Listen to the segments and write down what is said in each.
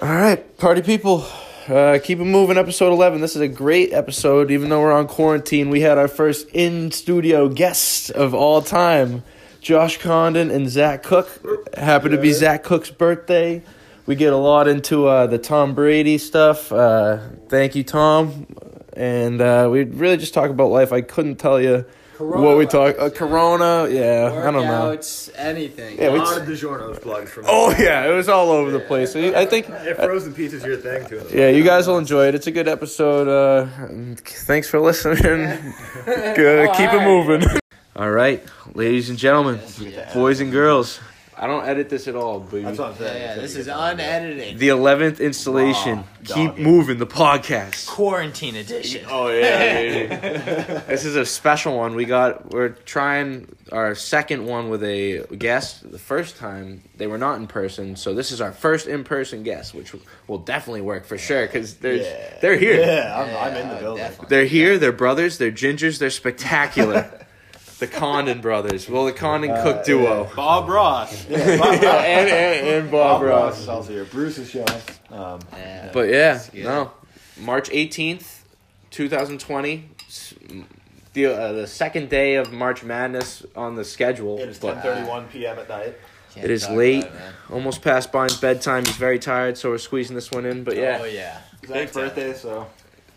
All right, party people, uh, keep it moving. Episode eleven. This is a great episode, even though we're on quarantine. We had our first in studio guest of all time, Josh Condon and Zach Cook. Happened to be Zach Cook's birthday. We get a lot into uh, the Tom Brady stuff. Uh, thank you, Tom. And uh, we really just talk about life. I couldn't tell you what we talk. Uh, corona, yeah, I don't know. Workouts, anything. Yeah, Yeah, we- A lot of DiGiorno's plugs from Oh yeah, it was all over the place. I think If frozen pizza's your thing, too. Yeah, you guys will enjoy it. It's a good episode. Uh, and thanks for listening. good, Oh, keep it alright. moving. All right, ladies and gentlemen, boys and girls. I don't edit this at all, but That's what I'm saying. yeah, this That's what is you can do. unedited. the eleventh installation. Raw keep dog. moving the podcast. Quarantine edition. Oh yeah, this is a special one. We got we're trying our second one with a guest. The first time they were not in person, so this is our first in person guest, which will definitely work for sure because they're Yeah. they're here. Yeah, I'm, I'm in the Yeah, building. Oh, definitely. They're here. They're brothers. They're gingers. They're spectacular. the Condon brothers. Well, the Condon Uh, Cook duo. Bob Ross. Yeah, and, and, and Bob, Bob Ross Ross. is also here. Bruce is showing. Um, Yeah. But yeah, Yeah. no. March 18th, 2020. s- The, uh, the second day of March Madness on the schedule. it is but 10:31 p.m. at night. Can't it is talk late. about it, man. Almost past Bynes' bedtime. He's very tired, so we're squeezing this one in. But Oh yeah, yeah. Zach's birthday, so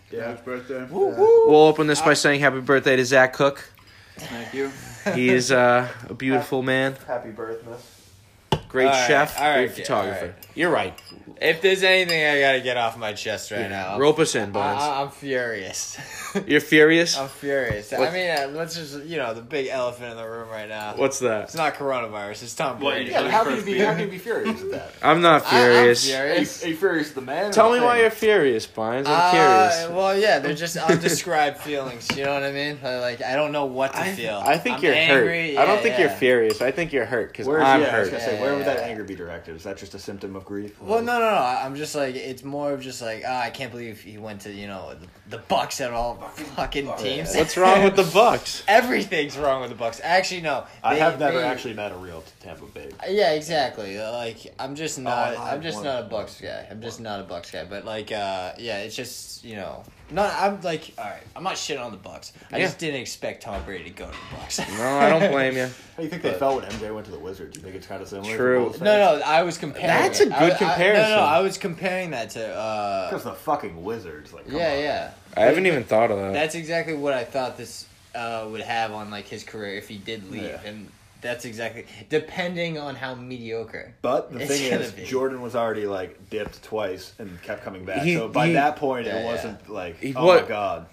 yeah. birthday. Woo woo. we'll open this by saying happy birthday to Zach Cook. Ah. Thank you. He is uh, a beautiful man, Happy birthday, miss. great All right, chef, all right, great yeah, photographer. all right. You're right. If there's anything I gotta get off my chest right now, Rope us in, Bones. I, am furious. You're furious? I'm furious. I What- mean, uh, let's just you know the big elephant in the room right now. What's It's that? not coronavirus. It's Tom Well, Brady. yeah, how can you be? How can you be furious at that? I'm not I- I'm furious. furious. Are you furious at the man? Tell me why you're furious, Bynes. I'm Uh, curious. well, yeah, they're just undescribed feelings. You know what I mean? I, Like I don't know what to I, feel. I think I'm you're hurt. angry. I don't Yeah, think yeah. you're furious. I think you're hurt because Where's, I'm yeah, I was hurt. gonna Yeah, say, where would yeah, that yeah. anger be directed? Is that just a symptom of grief? Well, no, no, no. I'm just like it's more of just like ah, I can't believe he went to you know the, the Bucks at all fucking teams. What's wrong with the Bucks? Everything's wrong with the Bucks. Actually, no. I They- have never they- actually met a real Tampa Bay. Yeah, exactly. Like I'm just Oh, not. I I'm just want- not a Bucks guy. I'm just not a Bucks guy. But like, uh, yeah, it's just you know, not. I'm like, all right. I'm not shitting on the Bucks. I Yeah. just didn't expect Tom Brady to go to the Bucks. No, I don't blame you. How do you think they felt when MJ went to the Wizards? Do you think it's kind of similar? for True. both sides? No, no, I was comparing. That's it. a I- good I- comparison. no, no, I was comparing that to. Uh, Because the fucking wizards, like, come yeah, on. yeah. I haven't even thought of that. That's exactly what I thought this uh, would have on like his career if he did leave, Yeah. and that's exactly depending on how mediocre. But the It's thing gonna is, be. Jordan was already like dipped twice and kept coming back. He- so by he- that point, Yeah, it yeah. wasn't like, He- oh what- my god,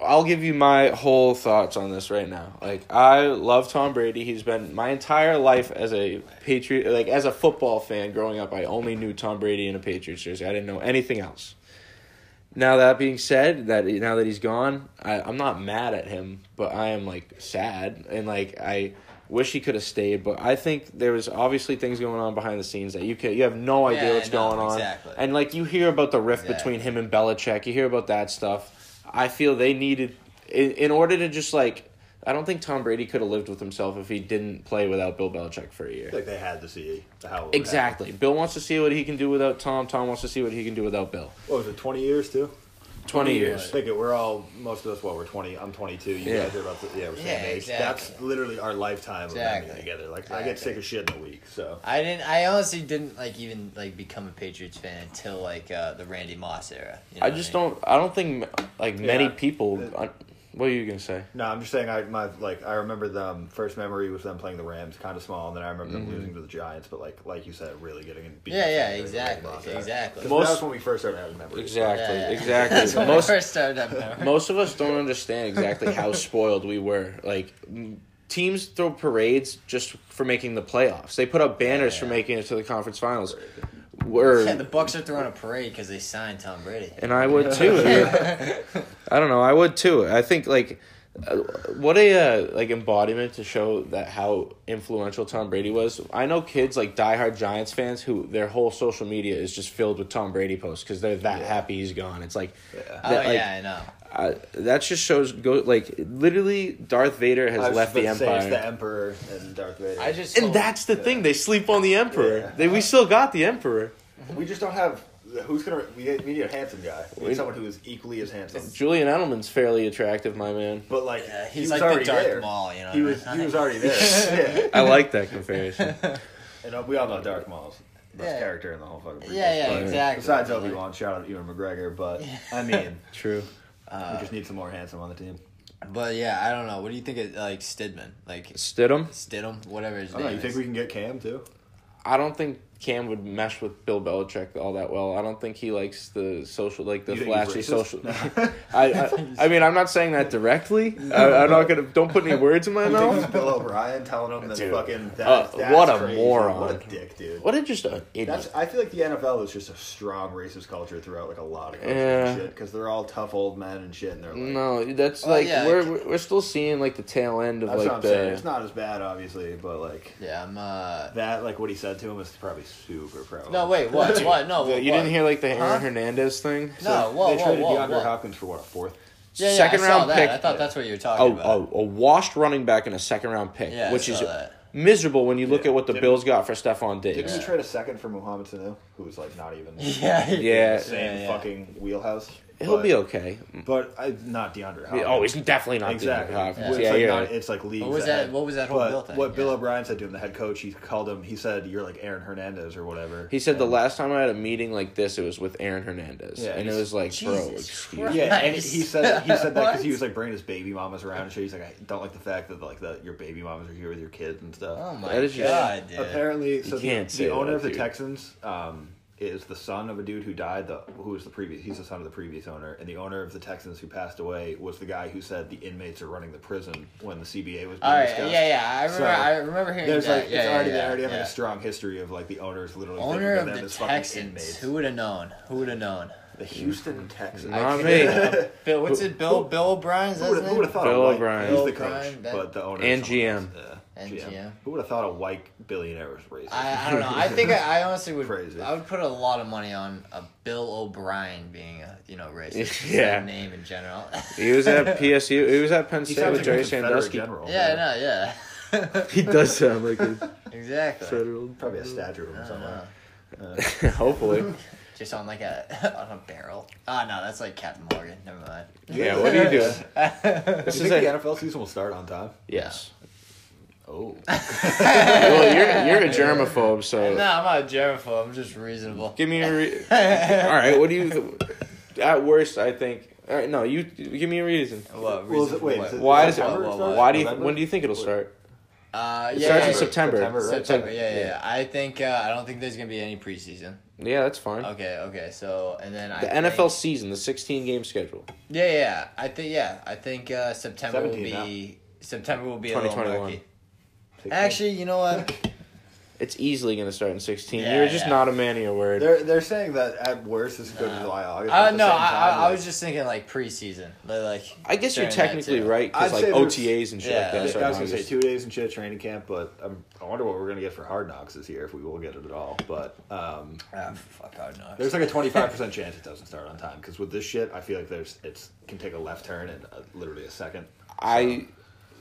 I'll give you my whole thoughts on this right now. Like I love Tom Brady. He's been my entire life as a Patriot, like as a football fan growing up. I only knew Tom Brady in a Patriots jersey. I didn't know anything else. Now that being said, that now that he's gone, I, I'm not mad at him, but I am like sad and like I wish he could have stayed. But I think there was obviously things going on behind the scenes that you can you have no idea Yeah, what's no, going on. exactly. And like you hear about the rift Exactly. between him and Belichick, you hear about that stuff. I feel they needed in, in order to just like I don't think Tom Brady could have lived with himself if he didn't play without Bill Belichick for a year. like they had to see how it would Exactly. Bill wants to see what he can do without Tom. Tom wants to see what he can do without Bill. happen. What was it, twenty years too? 20 I years. think it, we're all most of us. Well, we're twenty. I'm twenty two. You Yeah. guys are about to, yeah, we're same Yeah, age. exactly. That's literally our lifetime of Exactly. being together. Like I get Exactly. sick of shit in a week. So I didn't. I honestly didn't like even like become a Patriots fan until like uh, the Randy Moss era. you know I what just mean? don't I don't think like many Yeah. people The- I- what are you going to say? no, I'm just saying. I my like I remember the um, first memory was them playing the Rams, kind of small, and then I remember them losing to the Giants. But like like you said, really getting in. beat Mm-hmm. Yeah, yeah, by the exactly, Rams. exactly. 'Cause Most- that was when we first started having memories. Exactly. Yeah, yeah. That's Exactly. when Most I first started up there. Most of us don't understand exactly how spoiled we were. Like m- teams throw parades just for making the playoffs. They put up banners for Yeah. making it to the conference finals. We're Yeah, the Bucks are throwing a parade because they signed Tom Brady. and I would too. dude. I don't know. I would too. I think like uh, what a uh, like embodiment to show that how influential Tom Brady was. I know kids like diehard Giants fans who their whole social media is just filled with Tom Brady posts because they're that happy he's gone. It's like Oh that, like, yeah, I know. I, that just shows go like literally Darth Vader I has was left the about to say empire. It's the Emperor and Darth Vader. I just and that's the thing they sleep on the emperor. Yeah. They, we still got the emperor. We just don't have. Who's gonna? We, we need a handsome guy. We We- need someone who is equally as handsome. Julian Edelman's fairly attractive, my man. But like, Yeah, he's he was like the already Darth there. Maul, you know He what I was. mean? He was already there. yeah. I like that comparison. And uh, we all know Darth Maul's best Yeah. character in the whole fucking. Yeah, yeah, Right. exactly. Besides Like, Obi Wan, shout out to Ewan McGregor, but I mean, True. Uh, we just need some more handsome on the team. But yeah, I don't know. What do you think of like Stidman? Like Stidham. Stidham, whatever his name I don't know. You is. think we can get Cam too? I don't think Cam would mesh with Bill Belichick all that well. I don't think he likes the social, like the You think flashy he's social. racist? I, I, I mean, I'm not saying that directly. I, I'm not gonna. Don't put any words in my You think it's mouth. Bill O'Brien telling him that Dude. fucking. That, Uh, that's what a crazy. moron. What a dick, dude. What a just an That's. idiot. I feel like the NFL is just a strong racist culture throughout, like a lot of cultures and Yeah. shit, because they're all tough old men and shit, and they're like. No, that's Oh, like yeah, we're it- we're- we're still seeing like the tail end of That's what like I'm saying. It's the. not as bad, obviously, but like Yeah, I'm. uh... that, like what he said to him is probably super pro. No, wait, what? What? No, the- what? You didn't hear like the Aaron Huh? Hernandez thing. No, whoa, they whoa, traded whoa, DeAndre whoa. Hopkins for what a fourth. Yeah, yeah, second I round saw that. pick- I thought that's what you were talking Oh, about. oh, a washed running back and a second round pick, Yeah, I which is saw that. miserable when you look Yeah. at what the Didn't- Bills got for Stephon Didn't Diggs. we trade a second for Muhammad Sanu, who was like not even Yeah. Yeah. same Yeah, yeah. fucking wheelhouse? He'll but, be okay. but I, not DeAndre Hopkins. Oh, he's definitely not exactly. DeAndre Hopkins. It's Yeah, like you're not- right. it's like leagues. What was ahead. that? What was that whole Bill But thing? what Bill Yeah. O'Brien said to him, the head coach, he called him. He said, "You're like Aaron Hernandez or whatever." He said the And- last time I had a meeting like this, it was with Aaron Hernandez, Yeah, and it he's- was like, bro, Jesus excuse Christ. me. Yeah, and Nice. he said he said that because he What? was like bringing his baby mamas around and shit. He's like, I don't like the fact that like that your baby mamas are here with your kids and stuff. Oh my That is just- god, dude. Apparently, so the, can't the say owner that, of the dude. Texans um, is the son of a dude who died. The who was the previous? He's the son of the previous owner, and the owner of the Texans who passed away was the guy who said the inmates are running the prison when the CBA was being All right, discussed. yeah, yeah. I remember. So, I remember hearing There's that. like yeah, it's yeah, already yeah, they already have yeah. like, a strong history of like the owners literally Owner thinking of them the as fucking Texans. inmates. Who would have known? Who would have known? The Houston Texans. Not me. Bill, what's it? Bill, Bill O'Brien's Who would his have name? thought Bill a white, O'Brien. He's Bill the coach, O'Brien, that- but the owner And is someone GM. else. Yeah, And GM. Who would have thought a white billionaire was racist? I, I don't know. I think I, I honestly would. Crazy. I would put a lot of money on a Bill O'Brien being a you know racist just Yeah. that name in general. He was at PSU. He was at Penn He State sounds with like a Jerry Confederate Sandusky. general. yeah, no, yeah. He does sound like a exactly. federal. Probably a statue of him I don't know. somewhere. Hopefully, Just on like a on a barrel. Ah, no, that's like Captain Morgan. Never mind. yeah. What are you doing? This is Do you think a the NFL season will start on time? yes. Oh. Well, you're you're a germaphobe, No, I'm so not a germaphobe. I'm just reasonable. Oh. give me a. Re- All right, what do you? at worst, I think. All right, no, you give me a reason. What? Well, is reason it, for wait, what? is it, Why is is it? it Whoa, whoa, September whoa. start? Why do you? November? When do you think it'll start? Uh, It yeah, starts in yeah, September. September, right? September. Yeah, yeah, yeah. I think uh, I don't think there's gonna be any preseason. Yeah, that's fine. Okay, okay. So and then I The think- NFL season, the 16 game schedule. Yeah, yeah. I think yeah. I think uh, September will 17 be September will be a little 2021. murky. Actually, you know what? It's easily going to start in 16. Yeah, You're just yeah. not a man of your word. They're, they're saying that at worst this could go to July, August. but Uh, at the no, I, same time, I, I like, was just thinking like preseason, but like I guess you're during that technically too. right because I'd like say there's- OTAs and shit Yeah. like that. Yeah, start I was in gonna say August. two days and shit training camp, but I'm, I wonder what we're gonna get for hard knocks this year if we will get it at all. But um, Ah, fuck, I don't know. There's like a 25% chance it doesn't start on time because with this shit, I feel like there's it's can take a left turn in uh, literally a second. I,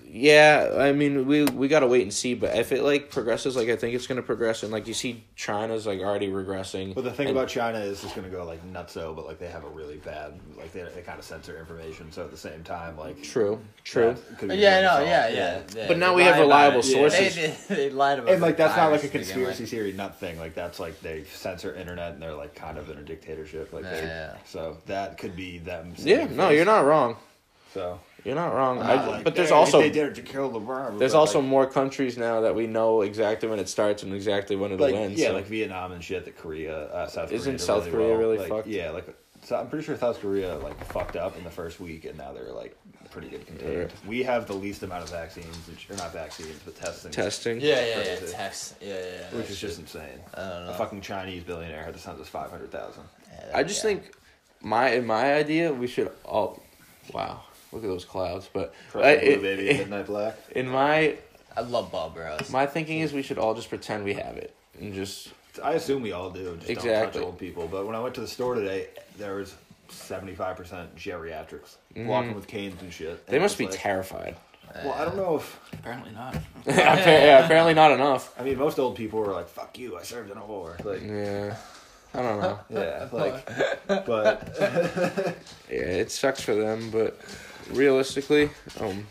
yeah, I mean we we gotta wait and see. But if it like progresses, like I think it's gonna progress, and like you see China's like already regressing. But the thing and- about China is it's going to go like nutso, but like they have a really bad like they, they kind of censor information. So at the same time, like true, true. that could be yeah, really no, solved, yeah, yeah, yeah. But now They we have lied about reliable it. sources. They, they, they lied about And like the that's not like virus to a begin with. conspiracy theory nut thing. Like that's like they censor internet and they're like kind of in a dictatorship. Like Yeah, they, yeah. so that could be them. Yeah, saving no, face. you're not wrong. So You're not wrong. I'm I- not like, but there's "Hey, also they did it to kill LeBron. there's but, also like, more countries now that we know exactly when it starts and exactly when it'll like end. yeah, so. like Vietnam and shit. That Korea, uh, South Isn't Korea, did South Korea well. really like, fucked? Yeah, like so I'm pretty sure South Korea like fucked up in the first week, and now they're like pretty good contained. We have the least amount of vaccines, which are not vaccines, but testing. testing. Yeah, yeah, yeah. Crazy. Text. Yeah, yeah. yeah. Which is just insane. I don't know. A fucking Chinese billionaire had to send us five hundred thousand. Yeah, I just yeah. think my in my idea we should all wow look at those clouds but Blue I- it- baby, it- midnight black. in my I love Bob Burrows. my thinking is we should all just pretend we have it and just I assume we all do. Just don't touch Exactly. old people. But when I went to the store today, there was seventy five percent geriatrics walking with canes and shit. Mm-hmm. they And must I be was like, terrified Well, I don't know if. Apparently not. Appa- yeah, apparently not enough I mean, most old people were like, "Fuck you! I served in a war." Like, yeah I don't know. Yeah, like, but Yeah, it sucks for them, but realistically, um,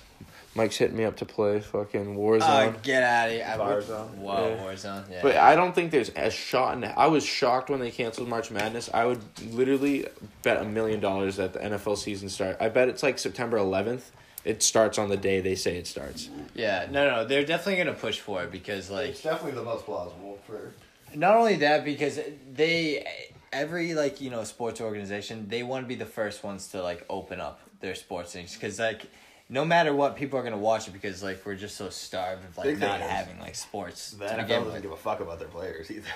Mike's hitting me up to play fucking Warzone. Oh, get out of here! I would- Warzone. Whoa, Yeah. Warzone. Yeah. But I don't think there's a shot in I was shocked when they canceled March Madness. I would literally bet a million dollars that the NFL season start. I bet it's like September 11th. It starts on the day they say it starts. yeah, no, no, they're definitely gonna push for it because like It's definitely the most plausible for. not only that because they every like you know sports organization they want to be the first ones to like open up their sports things because like no matter what people are gonna watch it because like we're just so starved of like Big not thing is having like sports to the NFL begin doesn't with. give a fuck about their players either.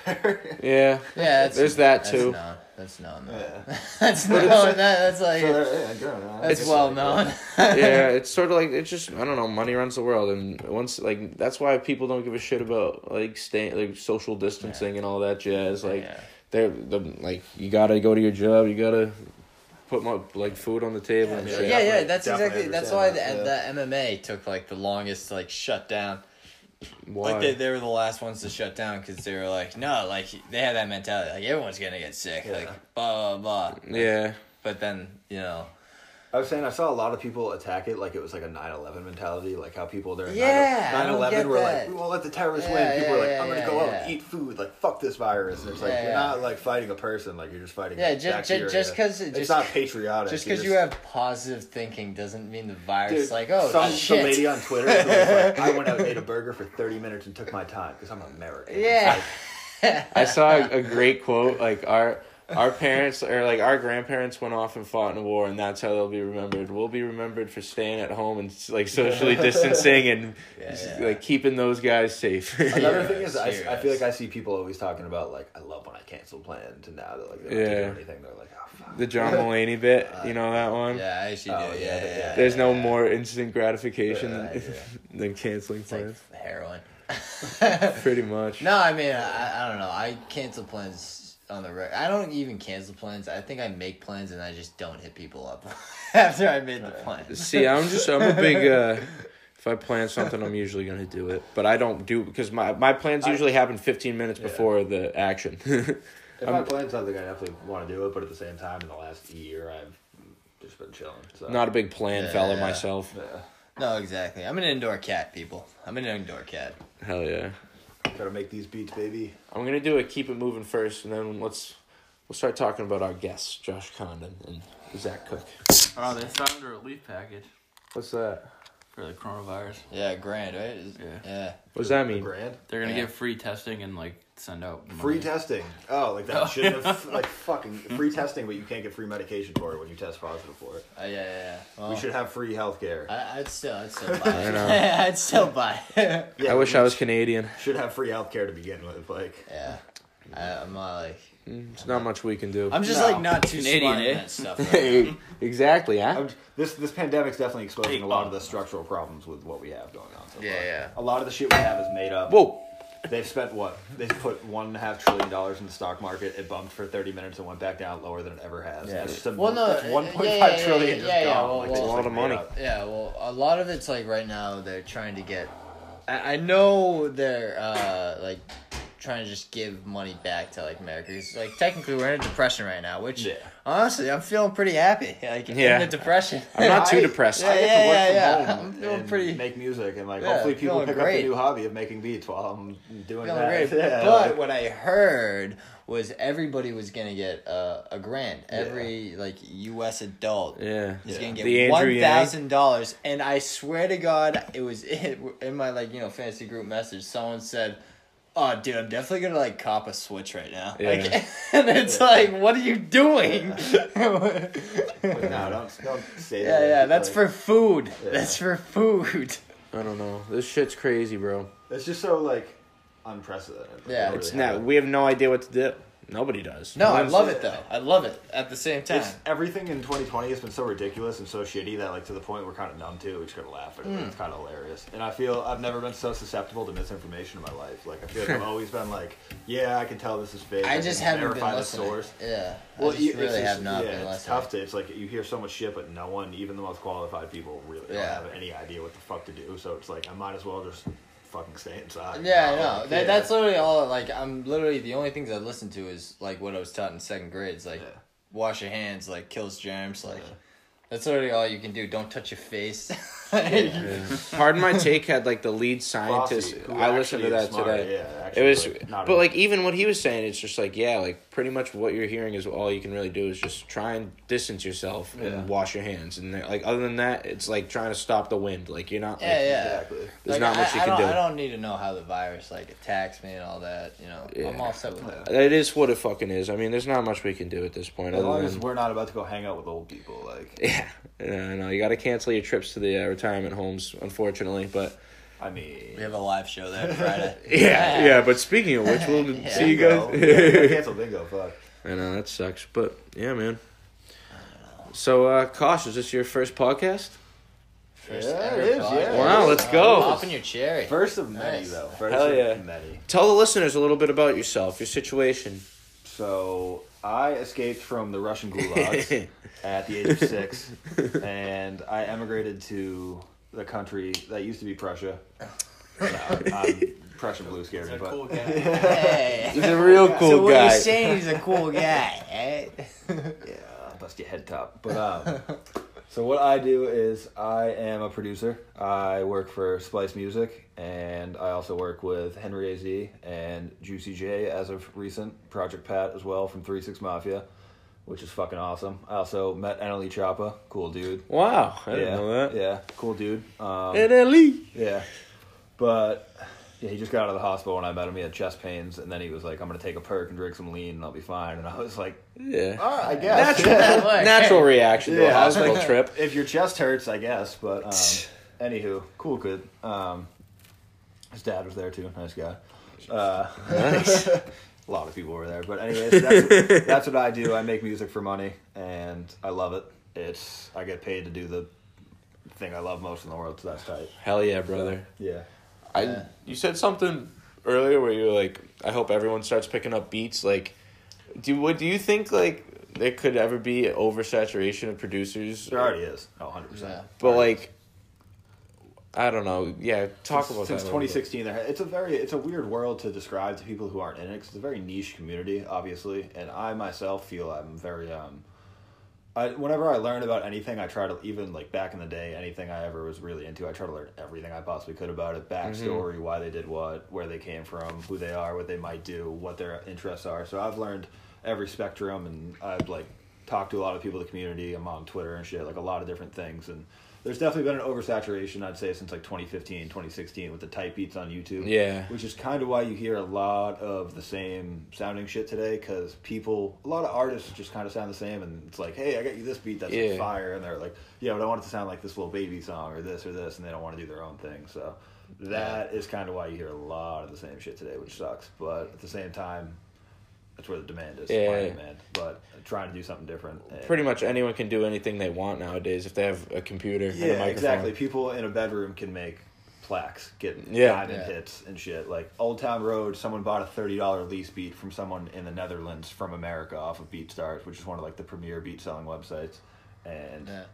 Yeah. Yeah, that's, There's that, that's too. Known. That's known. Though. Yeah. that's known. That, that's like So they're- yeah, good, man. that's It's well like- known. yeah, it's sort of like it's just I don't know. Money runs the world, and once like that's why people don't give a shit about like staying like social distancing and all that jazz. Like Yeah. they're the like you gotta go to your job, you gotta put my like food on the table and Yeah, shit. yeah, definitely- that's definitely exactly. That's why understand the, that, the MMA took like the longest to, like shut down. Why? Like they, they were the last ones to shut down because they were like, no, like they had that mentality, like everyone's gonna get sick, like blah blah blah. yeah. But then you know, I was saying I saw a lot of people attack it like it was like a 9-11 mentality, like how people during Yeah, I don't 9-11 get were that. like, we won't let the terrorists Yeah, win. People yeah, were like, yeah, I'm gonna yeah, go out and yeah. eat food, like fuck this virus. And it's like Yeah, you're yeah. not like fighting a person, like you're just fighting. Yeah, a ju- ju- bacteria. just 'cause it it's just- not patriotic. just you're because you have positive thinking doesn't mean the virus. Dude, like oh some, shit. some lady on Twitter was like, I went out and ate a burger for 30 minutes and took my time because I'm American. It's Yeah. like, I saw a, a great quote like our our parents or like our grandparents went off and fought in a war and that's how they'll be remembered. We'll be remembered for staying at home and like socially distancing and Yeah, s- yeah. like keeping those guys safe. Another Serious, thing is, I, I feel serious. like I see people always talking about like I love when I cancel plans, and now they're like they're not Yeah. doing anything. They're like, oh fuck. the John Mulaney bit, you know that one? yeah, I actually Oh, do. yeah, Yeah, yeah. yeah, yeah. There's no more instant gratification Yeah, than, than canceling It's like plans. heroin. Pretty much. No, I mean, I, I don't know. I cancel plans on the reg. I don't even cancel plans. I think I make plans and I just don't hit people up after I made the plan. See, I'm just I'm a big. Uh, if I plan something, I'm usually gonna do it, but I don't do because my my plans usually happen 15 minutes before the action. If I plan something, I definitely want to do it, but at the same time, in the last year, I've just been chilling. So. Not a big plan Yeah. fella myself. Yeah. No, exactly. I'm an indoor cat, people. I'm an indoor cat. Hell yeah. Gotta make these beats, baby. I'm gonna do a keep it moving first, and then let's we'll start talking about our guests, Josh Condon and Zach Cook. Oh, they found a relief package What's that? for the coronavirus. Yeah, grand, right? Is- Yeah. yeah. What does that The mean? Grand They're gonna Yeah. give free testing and like send out free money. testing. Oh, like Oh, that shouldn't have like fucking free testing, but you can't get free medication for it when you test positive for it. Uh, yeah, yeah, yeah. Well, Oh. We should have free healthcare. I, I'd still, I'd still buy. I It. know. I'd still buy. it. Yeah, I wish we I was Canadian. should have free healthcare to begin with. Like, yeah. I, I'm not like. It's not much we can do. I'm just No. like not too Canadian, smart in eh? that stuff. though. Hey, exactly, huh? I'm, this this pandemic's definitely exposing Big a lot of bump. the um, structural problems with what we have going on. So Yeah, far. yeah. A lot of the shit we have is made up. Whoa. They've spent what? They've put one and a half trillion dollars in the stock market. It bumped for thirty minutes and went back down lower than it ever has. Yeah. That's just a, Well, no, that's yeah, one point yeah, yeah, five trillion yeah, just yeah, yeah, gone. well, like, well, they just, A lot like, of made money. up. Yeah, well, a lot of it's like right now they're trying to get. I, I know they're uh, like trying to just give money back to like America. 'cause, like technically we're in a depression right now, which Yeah. honestly I'm feeling pretty happy. Like Yeah. in the depression. I'm not too I- depressed. I get Yeah, to work yeah, from yeah. home I'm feeling and pretty- Make music and like Yeah, hopefully people feeling pick up great. the new hobby of making beats while I'm feeling doing that. great. Yeah, but like- what I heard was everybody was gonna get uh, a grand. Every like U.S. adult Yeah. is Yeah. gonna get The Andrew one Yang. thousand dollars. And I swear to God, it was it, in my like you know fantasy group message. Someone said. Oh, dude, I'm definitely gonna like cop a switch right now. Yeah. Like, and it's like, what are you doing? yeah, But no, don't don't say that. yeah, that's Like, for food. Yeah. That's for food. I don't know. This shit's crazy, bro. It's just so like unprecedented. Like, Yeah. we It's really have not. We have no idea what to do. Nobody does. No, I One's- love it though. I love it at the same time. It's, everything in 2020 has been so ridiculous and so shitty that like to the point we're kind of numb to. it. We just gotta laugh at Hmm. it. It's kind of hilarious. And I feel I've never been so susceptible to misinformation in my life. Like I feel like I've always been like, yeah, I can tell this is fake. I can just haven't been verify the listening. Yeah, I you- just it's really just- have not yeah, been It's listening. tough to. It's like you hear so much shit, but no one, even the most qualified people, really Yeah. don't have any idea what the fuck to do. So it's like I might as well just fucking stay inside. Yeah, I You know. like, That, yeah. That's literally all. Like, I'm literally the only things I listen to is like what I was taught in second grade. It's like, Yeah. wash your hands, like kills germs. Like, Yeah. that's literally all you can do. Don't touch your face. Pardon my take had like the lead scientist. Rossi, who I listened to actually is that smart, today. Yeah, It actually, was, like, not but a- like even what he was saying, it's just like yeah, like pretty much what you're hearing is all you can really do is just try and distance yourself and Yeah. wash your hands, and like other than that, it's like trying to stop the wind. Like you're not, like, Yeah, yeah. exactly. There's not much I, you I can don't, do. I don't need to know how the virus like attacks me and all that. You know, I'm Yeah. all set with that. It is what it fucking is. I mean, there's not much we can do at this point. As long Other as than, we're not about to go hang out with old people, like yeah, no, no, uh, you got to cancel your trips to the uh, retirement homes, unfortunately. But I mean, We have a live show there Friday. yeah, yeah. But speaking of which, we'll Yeah. see you bingo. guys. Yeah, cancel bingo. Fuck. I know that sucks, but yeah, man. So, uh, Kosh, is this your first podcast? First Yeah, it ever is, pod. yeah. Wow, let's go. Popping your cherry. First of many, Nice. though. First Hell of yeah. many. Tell the listeners a little bit about yourself, your situation. So I escaped from the Russian gulags at the age of six, and I emigrated to the country that used to be Prussia. No, I'm Prussian blue scared, He's a but cool guy. Hey. He's a real cool so what guy. you're saying he's a cool guy, eh? right? yeah, bust your head top. But um, so what I do is I am a producer. I work for Splice Music, and I also work with Henry Az and Juicy J as of recent. Project Pat as well from Three Six Mafia, which is fucking awesome. I also met Annalie Choppa, cool dude. Wow, I didn't yeah, know that. E. yeah, cool dude. Um, NLE. yeah. But yeah, he just got out of the hospital when I met him. He had chest pains, and then he was like, "I'm gonna take a perk and drink some lean, and I'll be fine." And I was like, Yeah. "All right, I guess." Natural, natural reaction to a Yeah. hospital trip. If your chest hurts, I guess. But um, anywho, cool kid. Um, his dad was there too. Nice guy. Uh, Nice. a lot of people were there. But anyways, that's, that's what I do. I make music for money, and I love it. It's I get paid to do the thing I love most in the world, so that's tight. Hell yeah, brother. Yeah. I you said something earlier where you were like, I hope everyone starts picking up beats. Like, do what do you think like there could ever be oversaturation of producers? There already is. Oh, 100%. Yeah. But like, I don't know. Yeah, talk about since that a little bit. 2016 there it's a very it's a weird world to describe to people who aren't in it 'cause it's a very niche community obviously and i myself feel i'm very um I, whenever i learn about anything i try to even like back in the day anything i ever was really into i try to learn everything i possibly could about it backstory why they did what where they came from who they are what they might do what their interests are so i've learned every spectrum and i've like talked to a lot of people in the community i'm on twitter and shit like a lot of different things and there's definitely been an oversaturation i'd say since like 2015 2016 with the type beats on youtube Yeah. which is kind of why you hear a lot of the same sounding shit today because people a lot of artists just kind of sound the same and it's like hey i got you this beat that's Yeah. like fire and they're like yeah but i want it to sound like this little baby song or this or this and they don't want to do their own thing so that is kind of why you hear a lot of the same shit today which sucks but at the same time that's where the demand is Yeah. yeah demand but trying to do something different and- Pretty much anyone can do anything they want nowadays if they have a computer and a yeah, microphone. exactly. People in a bedroom can make plaques, get Yeah. diamond Yeah. hits and shit. Like Old Town Road, someone bought a thirty dollar lease beat from someone in the Netherlands from America off of BeatStars, which is one of like the premier beat selling websites, and Yeah.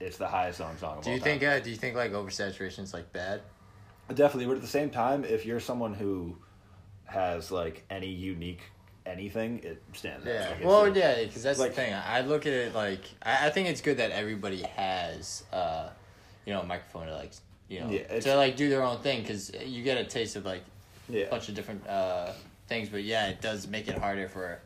it's the highest selling song. Of Do all you think? Uh, Time. do you think like oversaturation is like bad? Definitely, but at the same time, if you're someone who has like any unique anything, it stands out. Yeah. Like, it's Well, a- yeah, because that's like- the thing. I I look at it like I, I think it's good that everybody has, uh, you know, a microphone to like, you know, Yeah, it's- to like do their own thing because you get a taste of like a yeah. bunch of different uh, things. But yeah, it does make it harder for.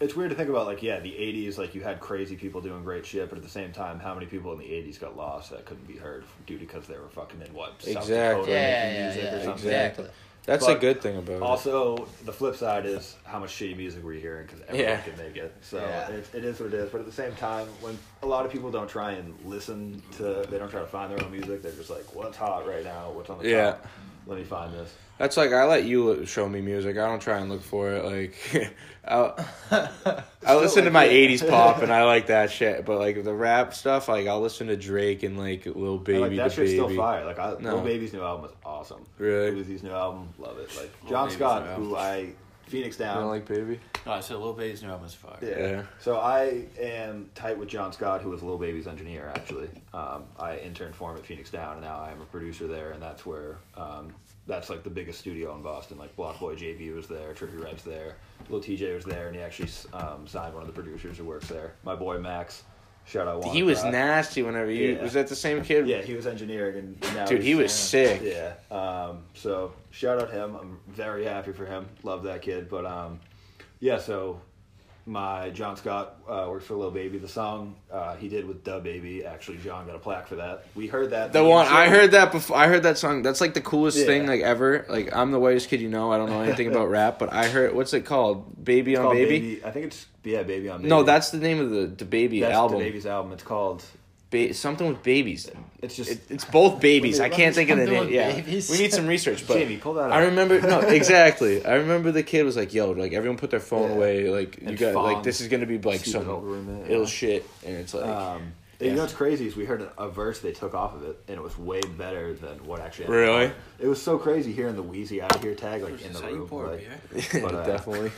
It's weird to think about, like, yeah, the 80s, like, you had crazy people doing great shit, but at the same time, how many people in the 80s got lost that couldn't be heard due to because they were fucking in what? South Exactly. Dakota Yeah, Yeah, making yeah, yeah, music or something? exactly. That's But a good thing about it. Also, the flip side is how much shitty music we're hearing because everyone Yeah. can make it. So Yeah. it, it is what it is. But at the same time, when a lot of people don't try and listen to, they don't try to find their own music. They're just like, what's hot right now? What's on the Yeah. top? Let me find this. That's like I let you lo- show me music. I don't try and look for it. Like I, I listen to my like it. '80s pop and I like that shit. But like the rap stuff, like I'll listen to Drake and like Lil And, Baby. like that the shit's baby. still fire. Like I, No. Lil Baby's new album was awesome. Really? Uzi's new album, love it. Like John Baby's Scott, new album. who I Phoenix You don't down. like Baby? No, Oh, I said Lil Baby's new album's fire. yeah. Yeah. So I am tight with John Scott, who was Lil Baby's engineer. Actually, um, I interned for him at Phoenix Down, and now I am a producer there, and that's where um, that's like the biggest studio in Boston. Like Block Boy JV was there, Trippy Red's there, Lil TJ was there, and he actually um, signed one of the producers who works there. My boy Max, shout out. He was Wannacry. nasty whenever you Yeah. was that the same kid? Yeah, he was engineering, and now Dude, he he's- was sick. Yeah. Um, so shout out him. I'm very happy for him. Love that kid. But um, yeah. So my John Scott uh, works for Lil Baby. The song uh, he did with Dub Baby. Actually, John got a plaque for that. We heard that. The We one I showed- heard that before. I heard that song. That's like the coolest Yeah. thing like ever. Like I'm the whitest kid you know. I don't know anything about rap, but I heard what's it called? Baby It's on called baby? I think it's yeah, Baby on Baby. No, that's the name of the the baby that's album. the Baby's album. It's called. Ba- something with babies. It's just It, it's both babies. I Let me- can't think of the something name. with Yeah, babies. we need some research. But Jamie. Pull that. Up. I remember no exactly. I remember the kid was like, "Yo, like everyone put their phone Yeah. away. Like you And got like Fonz. this is gonna be like Stupid some old roommate, ill yeah. shit," and it's like Um, and You know what's crazy is we heard a verse they took off of it, and it was way better than what actually. happened. Really? It was so crazy hearing the Wheezy out of here tag like in Is the how you room. pour a Like, beer? but, uh, definitely.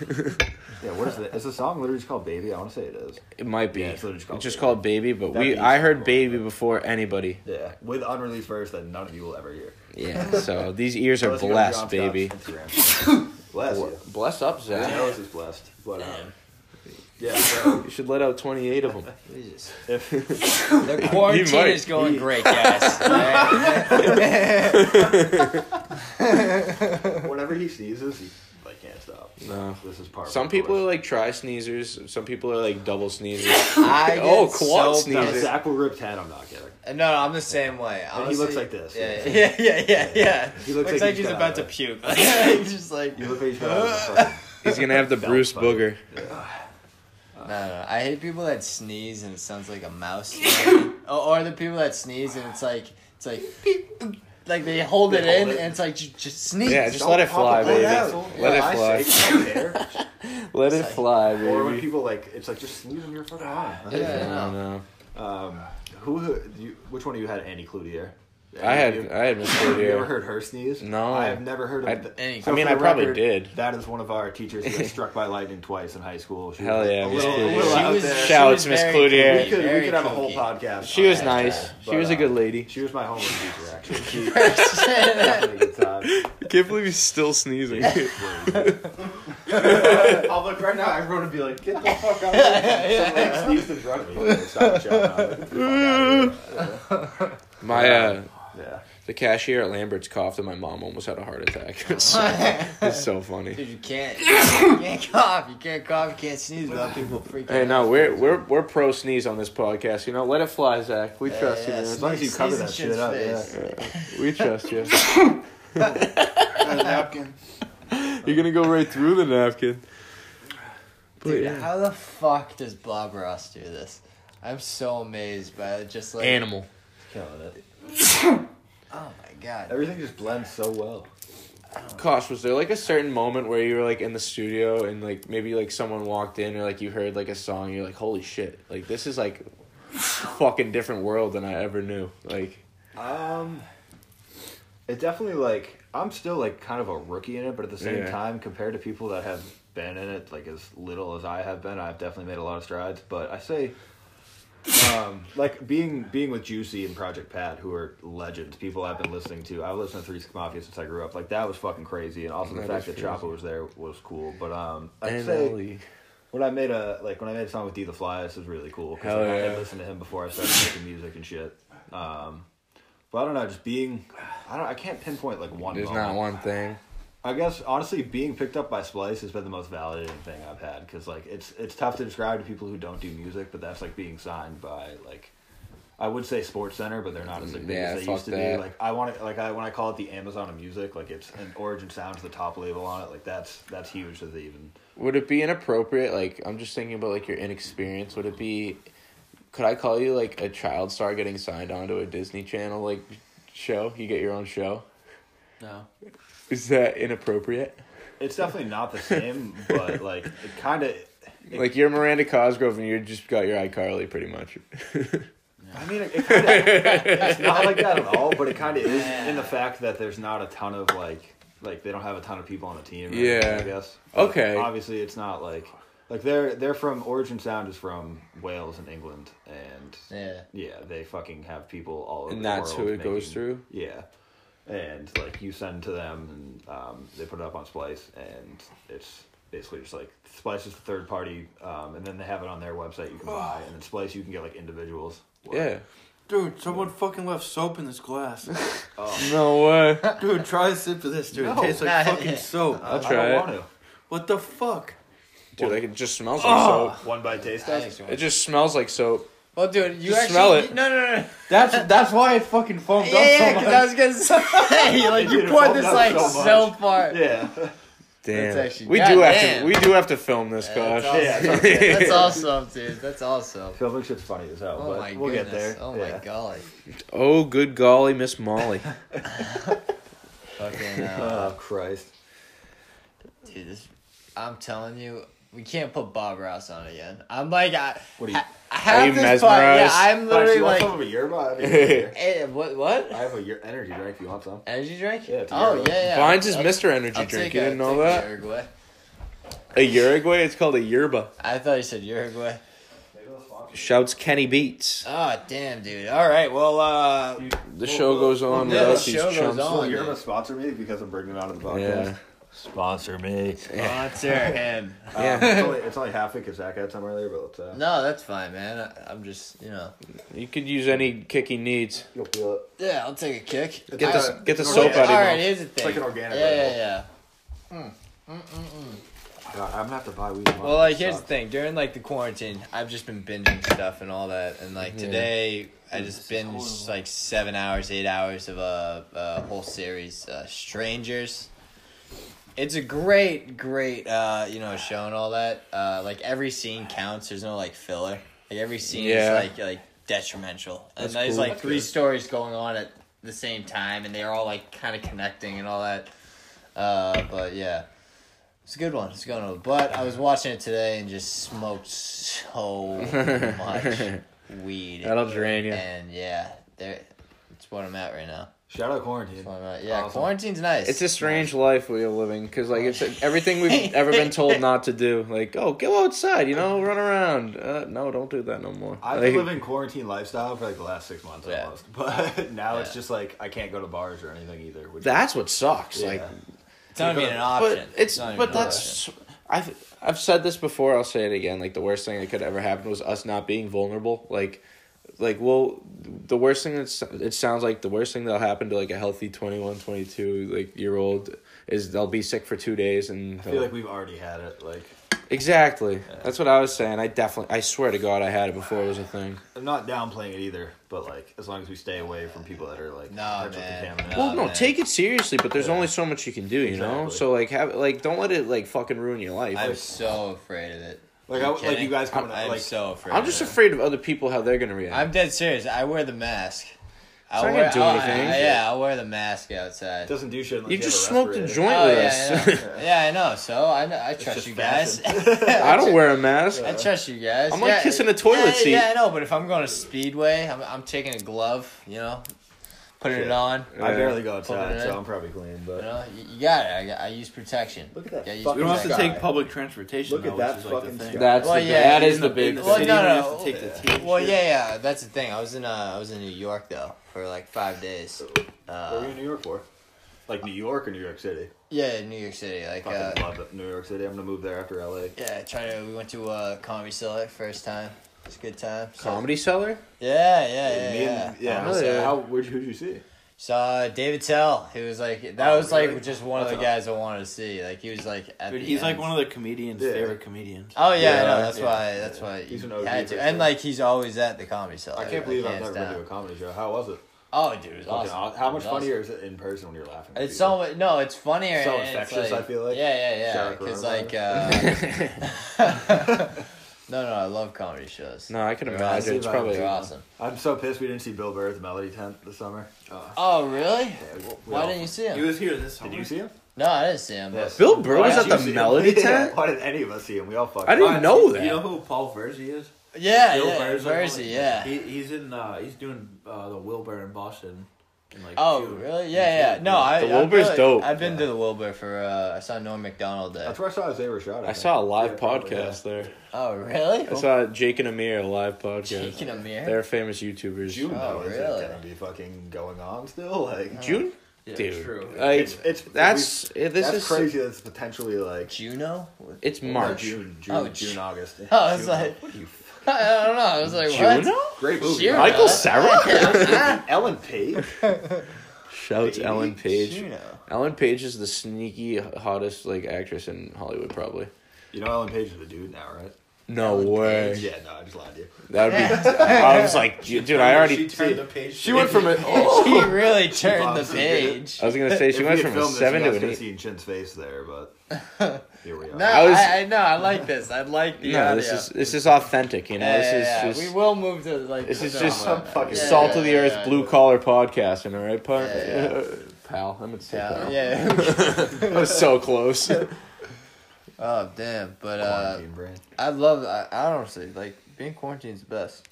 yeah, what is it? Is the song literally just called "Baby"? I want to say it is. It might be. Yeah, it's it's literally just called just Baby. called baby, but That we beat's I heard cool. baby before anybody. Yeah, with unreleased verse that none of you will ever hear. Yeah. So these ears are Unless you go to blessed, John baby. Scott's Instagram. bless you. Bless up, His Zach. nose is blessed, but um, yeah. So You should let out twenty eight of them. Jesus. if The quarantine might. is going great, guys. I, whenever he sneezes, he like can't stop. No. This is part. of Some the people course. are like try sneezers. Some people are like double sneezers. I Oh, get quad so sneeze. No, Jesus. Zach will rip ten. I'm not kidding. No, no, I'm the same way. Honestly, looks like this. Yeah, yeah, yeah, yeah. yeah. He looks like he's got- puke. Like, he's just like. You No, look like he's got a fucking- He's gonna have the Felt Bruce funny. Booger. no, no. I hate people that sneeze and it sounds like a mouse. or, or the people that sneeze and it's like it's like beep, boop. like they hold it They in hold it. and it's like ju- just sneeze. Yeah, just Don't let it pop a fly, bullet baby. out. Let Yeah, it I fly. say, don't care. Let it fly, or when baby. people like, it's like just sneeze on your fucking eye. I Yeah. don't know. Um, who, who do you, which one of you had Annie Cloutier? I Have had you, I had Miss have you ever Claudia. heard her sneeze? No. I have never heard of I- th- Annie- I for mean, the I probably record, did. That is one of our teachers who was struck by lightning twice in high school. She was, Hell like, yeah, a Miss little, a Cloutier. little She out was- there. Shout out to Miss Cloutier. we could, we could have a whole podcast. She on was that, nice. but, She was a uh, good lady. She was my homework teacher, actually. She she was having a good time. Can't believe he's still sneezing. I'm uh, like right now, everyone would be like, "Get the fuck out!" of here. Somebody sneezed and drugged me. Stop shouting. My uh, Yeah. the cashier at Lambert's coughed, and my mom almost had a heart attack. It's so, it's so funny. Dude, you can't, you can't cough, you can't cough, you can't sneeze without people freaking. Hey, out. no, we're we're we're pro sneeze on this podcast. You know, let it fly, Zach. We trust yeah, you, As long as you cover that Sneeze in shit up, shit's yeah. man. We trust you. Got a napkin. You're gonna go right through the napkin. But Dude, yeah. how the fuck does Bob Ross do this? I'm so amazed by it. Just like Animal. Killing it. Oh my god. Everything just blends so well. Kosh, was there like a certain moment where you were like in the studio and like maybe like someone walked in or like you heard like a song, you're like, holy shit, like this is like fucking different world than I ever knew. Like, Um, it definitely like I'm still like kind of a rookie in it, but at the same Yeah. time, compared to people that have been in it like as little as I have been, I've definitely made a lot of strides. But I say, um, like being being with Juicy and Project Pat, who are legends, people I've been listening to. I've listened to Three Six Mafia since I grew up. Like that was fucking crazy, and also That the fact is that crazy. Choppa was there was cool. But um, I'd and say Ellie. when I made a like when I made a song with D the Fly, this was really cool because Hell I yeah. had listened to him before I started making music and shit. Um, but I don't know, just being, I don't, I can't pinpoint like one. There's moment. not one thing. I guess honestly, being picked up by Splice has been the most validating thing I've had because like it's it's tough to describe to people who don't do music, but that's like being signed by like I would say Sports Center, but they're not as like, big Yeah, as they fuck used to that. be. Like I want to like I when I call it the Amazon of music, like it's an Origin Sound's the top label on it. Like that's that's huge that they even Would it be inappropriate? Like, I'm just thinking about like your inexperience. Would it be? Could I call you like a child star getting signed onto a Disney Channel like show? You get your own show. No. Is that inappropriate? It's definitely not the same, but like it kind of. Like you're Miranda Cosgrove and you just got your iCarly pretty much. I mean, it, kind of. It's not like that at all, but it kind of is in the fact that there's not a ton of like, like they don't have a ton of people on the team. or anything, Yeah. I guess. Okay. Obviously, it's not like, like they're they're from Origin Sound is from Wales and England, and Yeah. yeah, they fucking have people all over. And the that's world who it goes making- through? Yeah. and like you send to them, and um, they put it up on Splice, and it's basically just like Splice is the third party, um, and then they have it on their website you can buy, and then Splice you can get like individuals. Yeah. Dude, someone fucking left soap in this glass. No way. Dude, try a sip of this, dude. No. it tastes like fucking soap. Uh-huh. I'll try it. I don't want What the fuck? Dude, like it just smells like Oh. soap. to. One by taste I test. actually- It just smells like soap. well, dude, you Just actually, smell it. No, no, no. no. That's that's why it fucking foamed Yeah, yeah, because I was gonna say, like, you Dude, it poured foamed this up like so so, much. far. Yeah. Damn. That's actually- we God do have damn. to. We do have to film this, Yeah, gosh. that's Yeah. That's awesome, dude. That's awesome. Filming shit's funny as hell, Oh but my we'll goodness. get there. Oh Yeah. my golly. oh, good golly, Miss Molly. Fucking uh, Oh Christ. dude, this, I'm telling you, we can't put Bob Ross on again. I'm like, I, What do you? I have you this part. Yeah, mesmerized? I'm Fine, so literally you want like, some of a yerba? I mean, yeah. eh, what, I what? have a yer- energy drink if you want some. Energy drink? Yeah, it's oh yeah, Euro. yeah. Vines is I'll- Mr. Energy I'll Drink. take You a- didn't know take a that? Uruguay. A Uruguay, it's called a yerba. I thought you said Uruguay. Shouts Kenny Beats. Oh damn, dude. All right, well, uh, The show goes on Yeah, the without these show goes chumps. on. Will dude. yerba sponsor me because I'm bringing it out of the podcast? Yeah. Sponsor me. sponsor him. Yeah. Um, it's, only, it's only half it because Zach had some earlier, but let's, uh, No, that's fine, man. I, I'm just, you know. You could use any kick he needs. you'll feel it. Yeah, I'll take a kick. Get I- the get the All soap right, out of your All mouth. right, here's the thing. like an organic Yeah, Red yeah, yeah. God, Uh, I'm gonna have to buy weed. tomorrow. Well, like, here's the Sucks. thing. During like the quarantine, I've just been binging stuff and all that, and like today, I just binged like seven hours, eight hours of a, a whole series, uh, Strangers. It's a great, great, uh, you know, show and all that. Uh, like every scene counts. There's no like filler. Like every scene Yeah. is like like detrimental, and That's there's cool. like three stories going on at the same time, and they're all like kind of connecting and all that. Uh, but yeah. It's a good one. It's a good one. But I was watching it today and just smoked so much weed. That'll drain you. And yeah, there. It's what I'm at right now. Shout out quarantine. It's what I'm at. Yeah, Awesome. quarantine's nice. It's a strange life we are living because like it's everything we've ever been told not to do. Like, oh, go outside, you know, run around. Uh, no, don't do that no more. I've Like, been living quarantine lifestyle for like the last six months Yeah. almost, but now Yeah. it's just like I can't go to bars or anything either. Which that's what sucks. Yeah. Like, It's not even an but option. it's not even but an option. that's I've I've said this before. I'll say it again. Like the worst thing that could ever happen was us not being vulnerable. Like, like well, the worst thing that's it sounds like the worst thing that'll happen to like a healthy 21, 22 like year old is they'll be sick for two days and I feel like we've already had it. Like Exactly. That's what I was saying. I definitely, I swear to God, I had it before it was a thing. I'm not downplaying it either, but like as long as we stay away from people that are like Nah, potential man. contaminants. Well, Oh, no, man. take it seriously, but there's only so much you can do, you know. Exactly. So like, have like, don't let it like fucking ruin your life. I Like, was so afraid of it. Like You I, like kidding? you guys coming out I'm like so afraid. I'm just of it. afraid of other people how they're gonna react. I'm dead serious. I wear the mask. I not wear, gonna do oh, anything. I- yeah, I wear the mask outside. it doesn't do shit. Unless you have just a smoked a respirator. joint Oh, with yeah, us. I know. yeah, I know. So I know, I trust just you guys. fashion. I don't wear a mask. I trust you guys. I'm like kissing a toilet yeah, seat. Yeah, I know, but if I'm going to Speedway, I'm, I'm taking a glove, you know, putting it Shit. on. I barely go Pulling it outside, in. so I'm probably clean. You But know, you, you got it. I, got- I use protection. Look at that Yeah, you use fucking We don't have to protection. take public transportation. Look at though, that which is, like, the fucking thing. sky. That's Well, the, yeah, that is in the the- big. in the thing. Well, city, no, we no. have to take the T and Well, shit. yeah, yeah. That's the thing. I was in uh, I was in New York though for like five days. what were Uh, you in New York for? Like New York or New York City? yeah, New York City. Like, uh, Fucking love it, New York City. I'm gonna move there after LA. yeah, trying to. We went to uh, Comedy Cellar first time. It was a good time. So- Comedy seller. Yeah, yeah, yeah, Me yeah. and- yeah. Oh, so yeah. How? Where'd you, who'd you see? Saw David Tell. He was like that Oh, was like really? just one of the That's guys I wanted to see. Like he was like at Dude, the he's like end. one of the comedians' Yeah. favorite comedians. Oh yeah, I know. Yeah, That's yeah, why. That's why He's you an OG had for to. And sure. like he's always at the comedy cellar. I can't believe like, I've hands never been to a down. comedy show. How was it? Oh, dude, it was Fucking awesome. aw- How It much was awesome. funnier is it in person when you're laughing? at It's people? so no, it's funnier. So and it's, infectious, like- I feel like. Yeah, yeah, yeah. Shout out Because coronavirus. like, uh, no, no, I love comedy shows. No, I can They're imagine. awesome. It's probably They're awesome. I'm so pissed we didn't see Bill Burr at the Melody tent this summer. Uh, Oh really? we Why all- didn't you see him? He was here this summer. Did you see him? no, I didn't see him. but- Bill Burr Why was at did you the see him? Melody Yeah, tent. Why did any of us see him? We all fucked. I didn't even know You know that. who Paul Verzi is? Yeah, Bill yeah, Burr's, like, Verzi, one- yeah. He, he's in. Uh, he's doing uh, the Wilbur in Boston. In, like, Oh June. really? Yeah, yeah. No, I. The I Wilbur's feel like- dope. I've been to the Wilbur for. Uh, I saw Norm Macdonald there. That's where I saw Isaiah Rashad. I saw a live probably, podcast there. Oh really? I saw Jake and Amir a live podcast. Jake and Amir? They're famous YouTubers. June Oh, though, is really? Oh, it gonna be fucking going on still? Like June? Yeah, dude. true. Like Uh, It's- it's- that's it- this That's is crazy. That's potentially like Juno? It's no, March. June, June, Oh, June, Ju- August. Oh, it's Juno. like- what are you? I don't know. I was like, what? Juno? Great movie. Juno? Michael Sarah Ellen Page. shouts Baby Ellen Page. Juno. Ellen Page is the sneaky hottest like actress in Hollywood probably. You know Ellen Page is a dude now, right? No way. Yeah, no, I just lied to you. That would be. I was like, dude, I already. She turned the page. She went from a. Oh. He really turned the Bob's so good. page. I was gonna say If she we went had from a filmed this, seven you to guys an could've eight. seen Chin's face there, but here we are. No, I I, was- I, no, I like this. I like the No, audio. this is this is authentic. You know, yeah, yeah, yeah. this is we just will move to like this is the- just I'm fucking Yeah, salt yeah, of the yeah, earth, yeah. blue collar podcasting. All right, par- Yeah, pal. I'm gonna say yeah. pal. yeah. That was so close. oh damn! But uh, Quarantine brain. I love. I, I honestly like being quarantine's the best.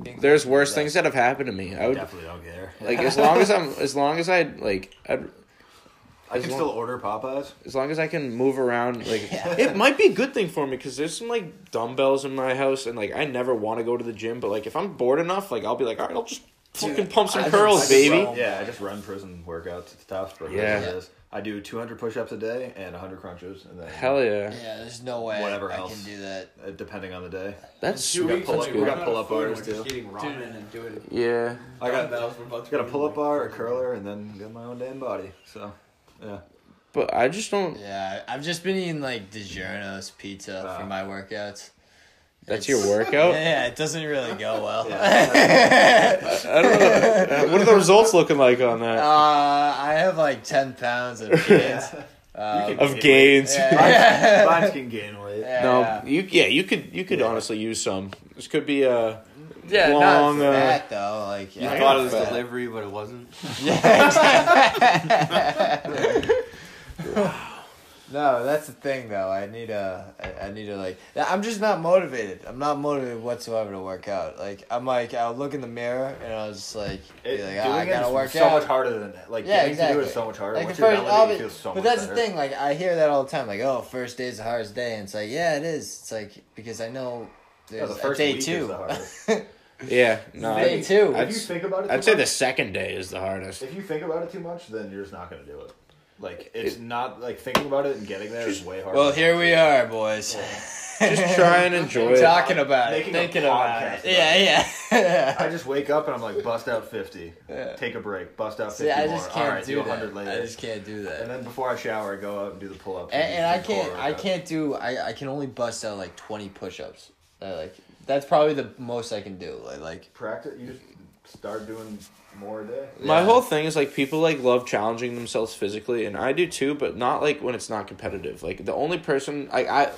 Being There's worse things quarantine's that have happened to me. I would Definitely don't care. like as long as I'm as long as I like I'd, I as can still long- order Popeyes. as long as I can move around, like it might be a good thing for me because there's some like dumbbells in my house, and like I never want to go to the gym, but like if I'm bored enough, like I'll be like, all right, I'll just fucking pump some I- curls, I- baby. I- Yeah, I just run prison workouts. It's tough, but Yeah. yeah. it is. I do 200 push-ups a day and 100 crunches, and then Hell yeah, best. Yeah, there's no way Whatever I else. can do that. uh, depending on the day. that's Two got weeks pull-up- ago, we we got got pull-up food, bars, we're too. Just eating ramen and doing it. yeah. I got dumbbells for both got a of pull-up them. bar, a curler, and then got my own damn body. So, yeah. But I just don't. Yeah, I've just been eating like DiGiorno's pizza for Wow. my workouts. That's It's- your workout. Yeah, it doesn't really go well. I don't know. Uh, What are the results looking like on that? Uh, I have like ten pounds of gains. You Um, can- Of gains. yeah, Mine can gain weight. yeah, No, yeah. you yeah, you could you could honestly use some. This could be a yeah, long, not uh, that though. Like, yeah, I I thought thought got it it was was fat. delivery, but it wasn't. no, that's the thing though. I need a, I, I need to like. I'm just not motivated. I'm not motivated whatsoever to work out. Like, I'm like, I'll look in the mirror and I'll just like, be It, like, doing "Ah, I it gotta is work so out. much harder than that. Like, Yeah, getting to do it exactly. is so much harder. Like Once the you're first, done with obvi- it, you feel so but much that's better. the thing. Like I hear that all the time. Like, oh, first day's the hardest day, and it's like, yeah, it is. It's like because I know Yeah, there's the first a day week two. is the hardest. yeah. No, Day I'd, two. I'd, if you think about it, too I'd say much, the second day is the hardest. If you think about it too much, then you're just not gonna do it. Like, it's not like thinking about it and getting there is way harder. Well, here we are, boys. Just try and enjoy it. Talking about it, Making a thinking podcast about it. about Yeah, yeah. I just wake up and I'm like, bust out 50. Take a break. Bust out 50 See, I more. just All can't right, do that. 100 later. I just can't do And that. then before I shower, I go out and do the pull ups. And, and I can't. I can't do. I I can only bust out like twenty push-ups. I, like that's probably the most I can do. Like like. Practice. You just start doing more a day. My Yeah. whole thing is like people like love challenging themselves physically, and I do too, but not like when it's not competitive. Like the only person like I.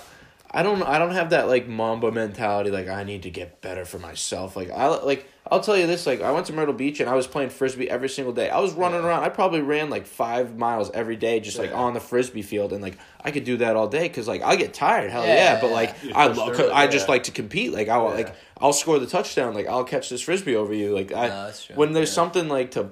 I don't. I don't have that like Mamba mentality. Like I need to get better for myself. Like I like. I'll tell you this. Like I went to Myrtle Beach and I was playing frisbee every single day. I was running around. I probably ran like five miles every day, just like Yeah. on the frisbee field. And like I could do that all day because like I get tired. Hell yeah. Yeah, But yeah, like yeah. I You push love. through it, I just yeah. like to compete. Like I will. Yeah. Like I'll score the touchdown. Like I'll catch this frisbee over you. Like I No, that's true. when there's Yeah. something like to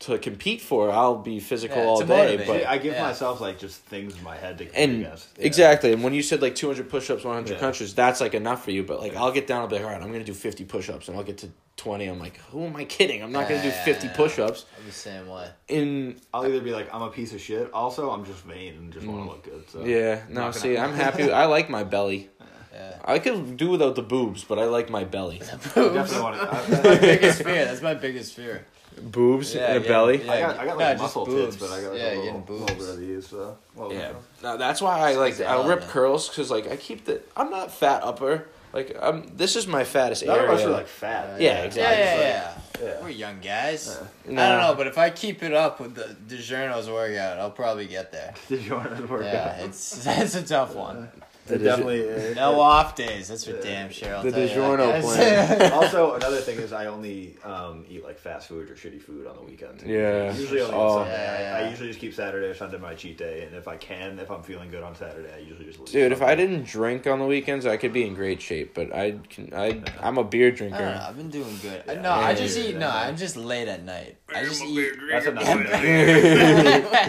to compete for, I'll be physical Yeah, all to day. motivate. But I give Yeah. myself like just things in my head to and guess. exactly, and when you said like 200 push-ups, 100 Yeah. crunches, that's like enough for you. But like I'll get down, I'll be like, all right, I'm gonna do 50 push-ups, and I'll get to 20. I'm like, who am I kidding? I'm not gonna do Yeah, 50 yeah, yeah. push-ups. I'm the same way. In I'll either be like, I'm a piece of shit. Also, I'm just vain and just Mm. want to look good. So. yeah, no, Not gonna- see, I'm happy. I like my belly. Yeah. I could do without the boobs, but I like my belly. I definitely want to. I, my biggest fear. That's my biggest fear. boobs Yeah, and a yeah, belly. yeah. I got, I got like No, just muscle boobs. tits, but I got like, Yeah, a little, getting boobs. little bit of these. So. Well, Yeah, no, that's why I like Squeeze it I out, rip man. curls because like I keep the I'm not fat upper. Like I'm this is my fattest None area. of us are like fat. Yeah, exactly. Yeah, yeah, yeah. Yeah. We're young guys. I Nah. don't know, but if I keep it up with the DiGiorno's workout, I'll probably get there. Did you want to work out? Yeah, it's that's a tough one. It definitely. No off days. That's for damn sure. I'll The tell you that, DiGiorno guys. plan. also, another thing is I only um, eat like fast food or shitty food on the weekends. Yeah. Usually only Oh. on Sunday. Yeah, I, yeah. I usually just keep Saturday or Sunday my cheat day, and if I can, if I'm feeling good on Saturday, I usually just leave. Dude, if I didn't drink on the weekends, I could be in great shape. But I can I I'm a beer I don't know. drinker. I've been doing good. I- Yeah, no, I yeah, just yeah, eat. yeah. No, I'm just late at night. I just eat. That's another thing.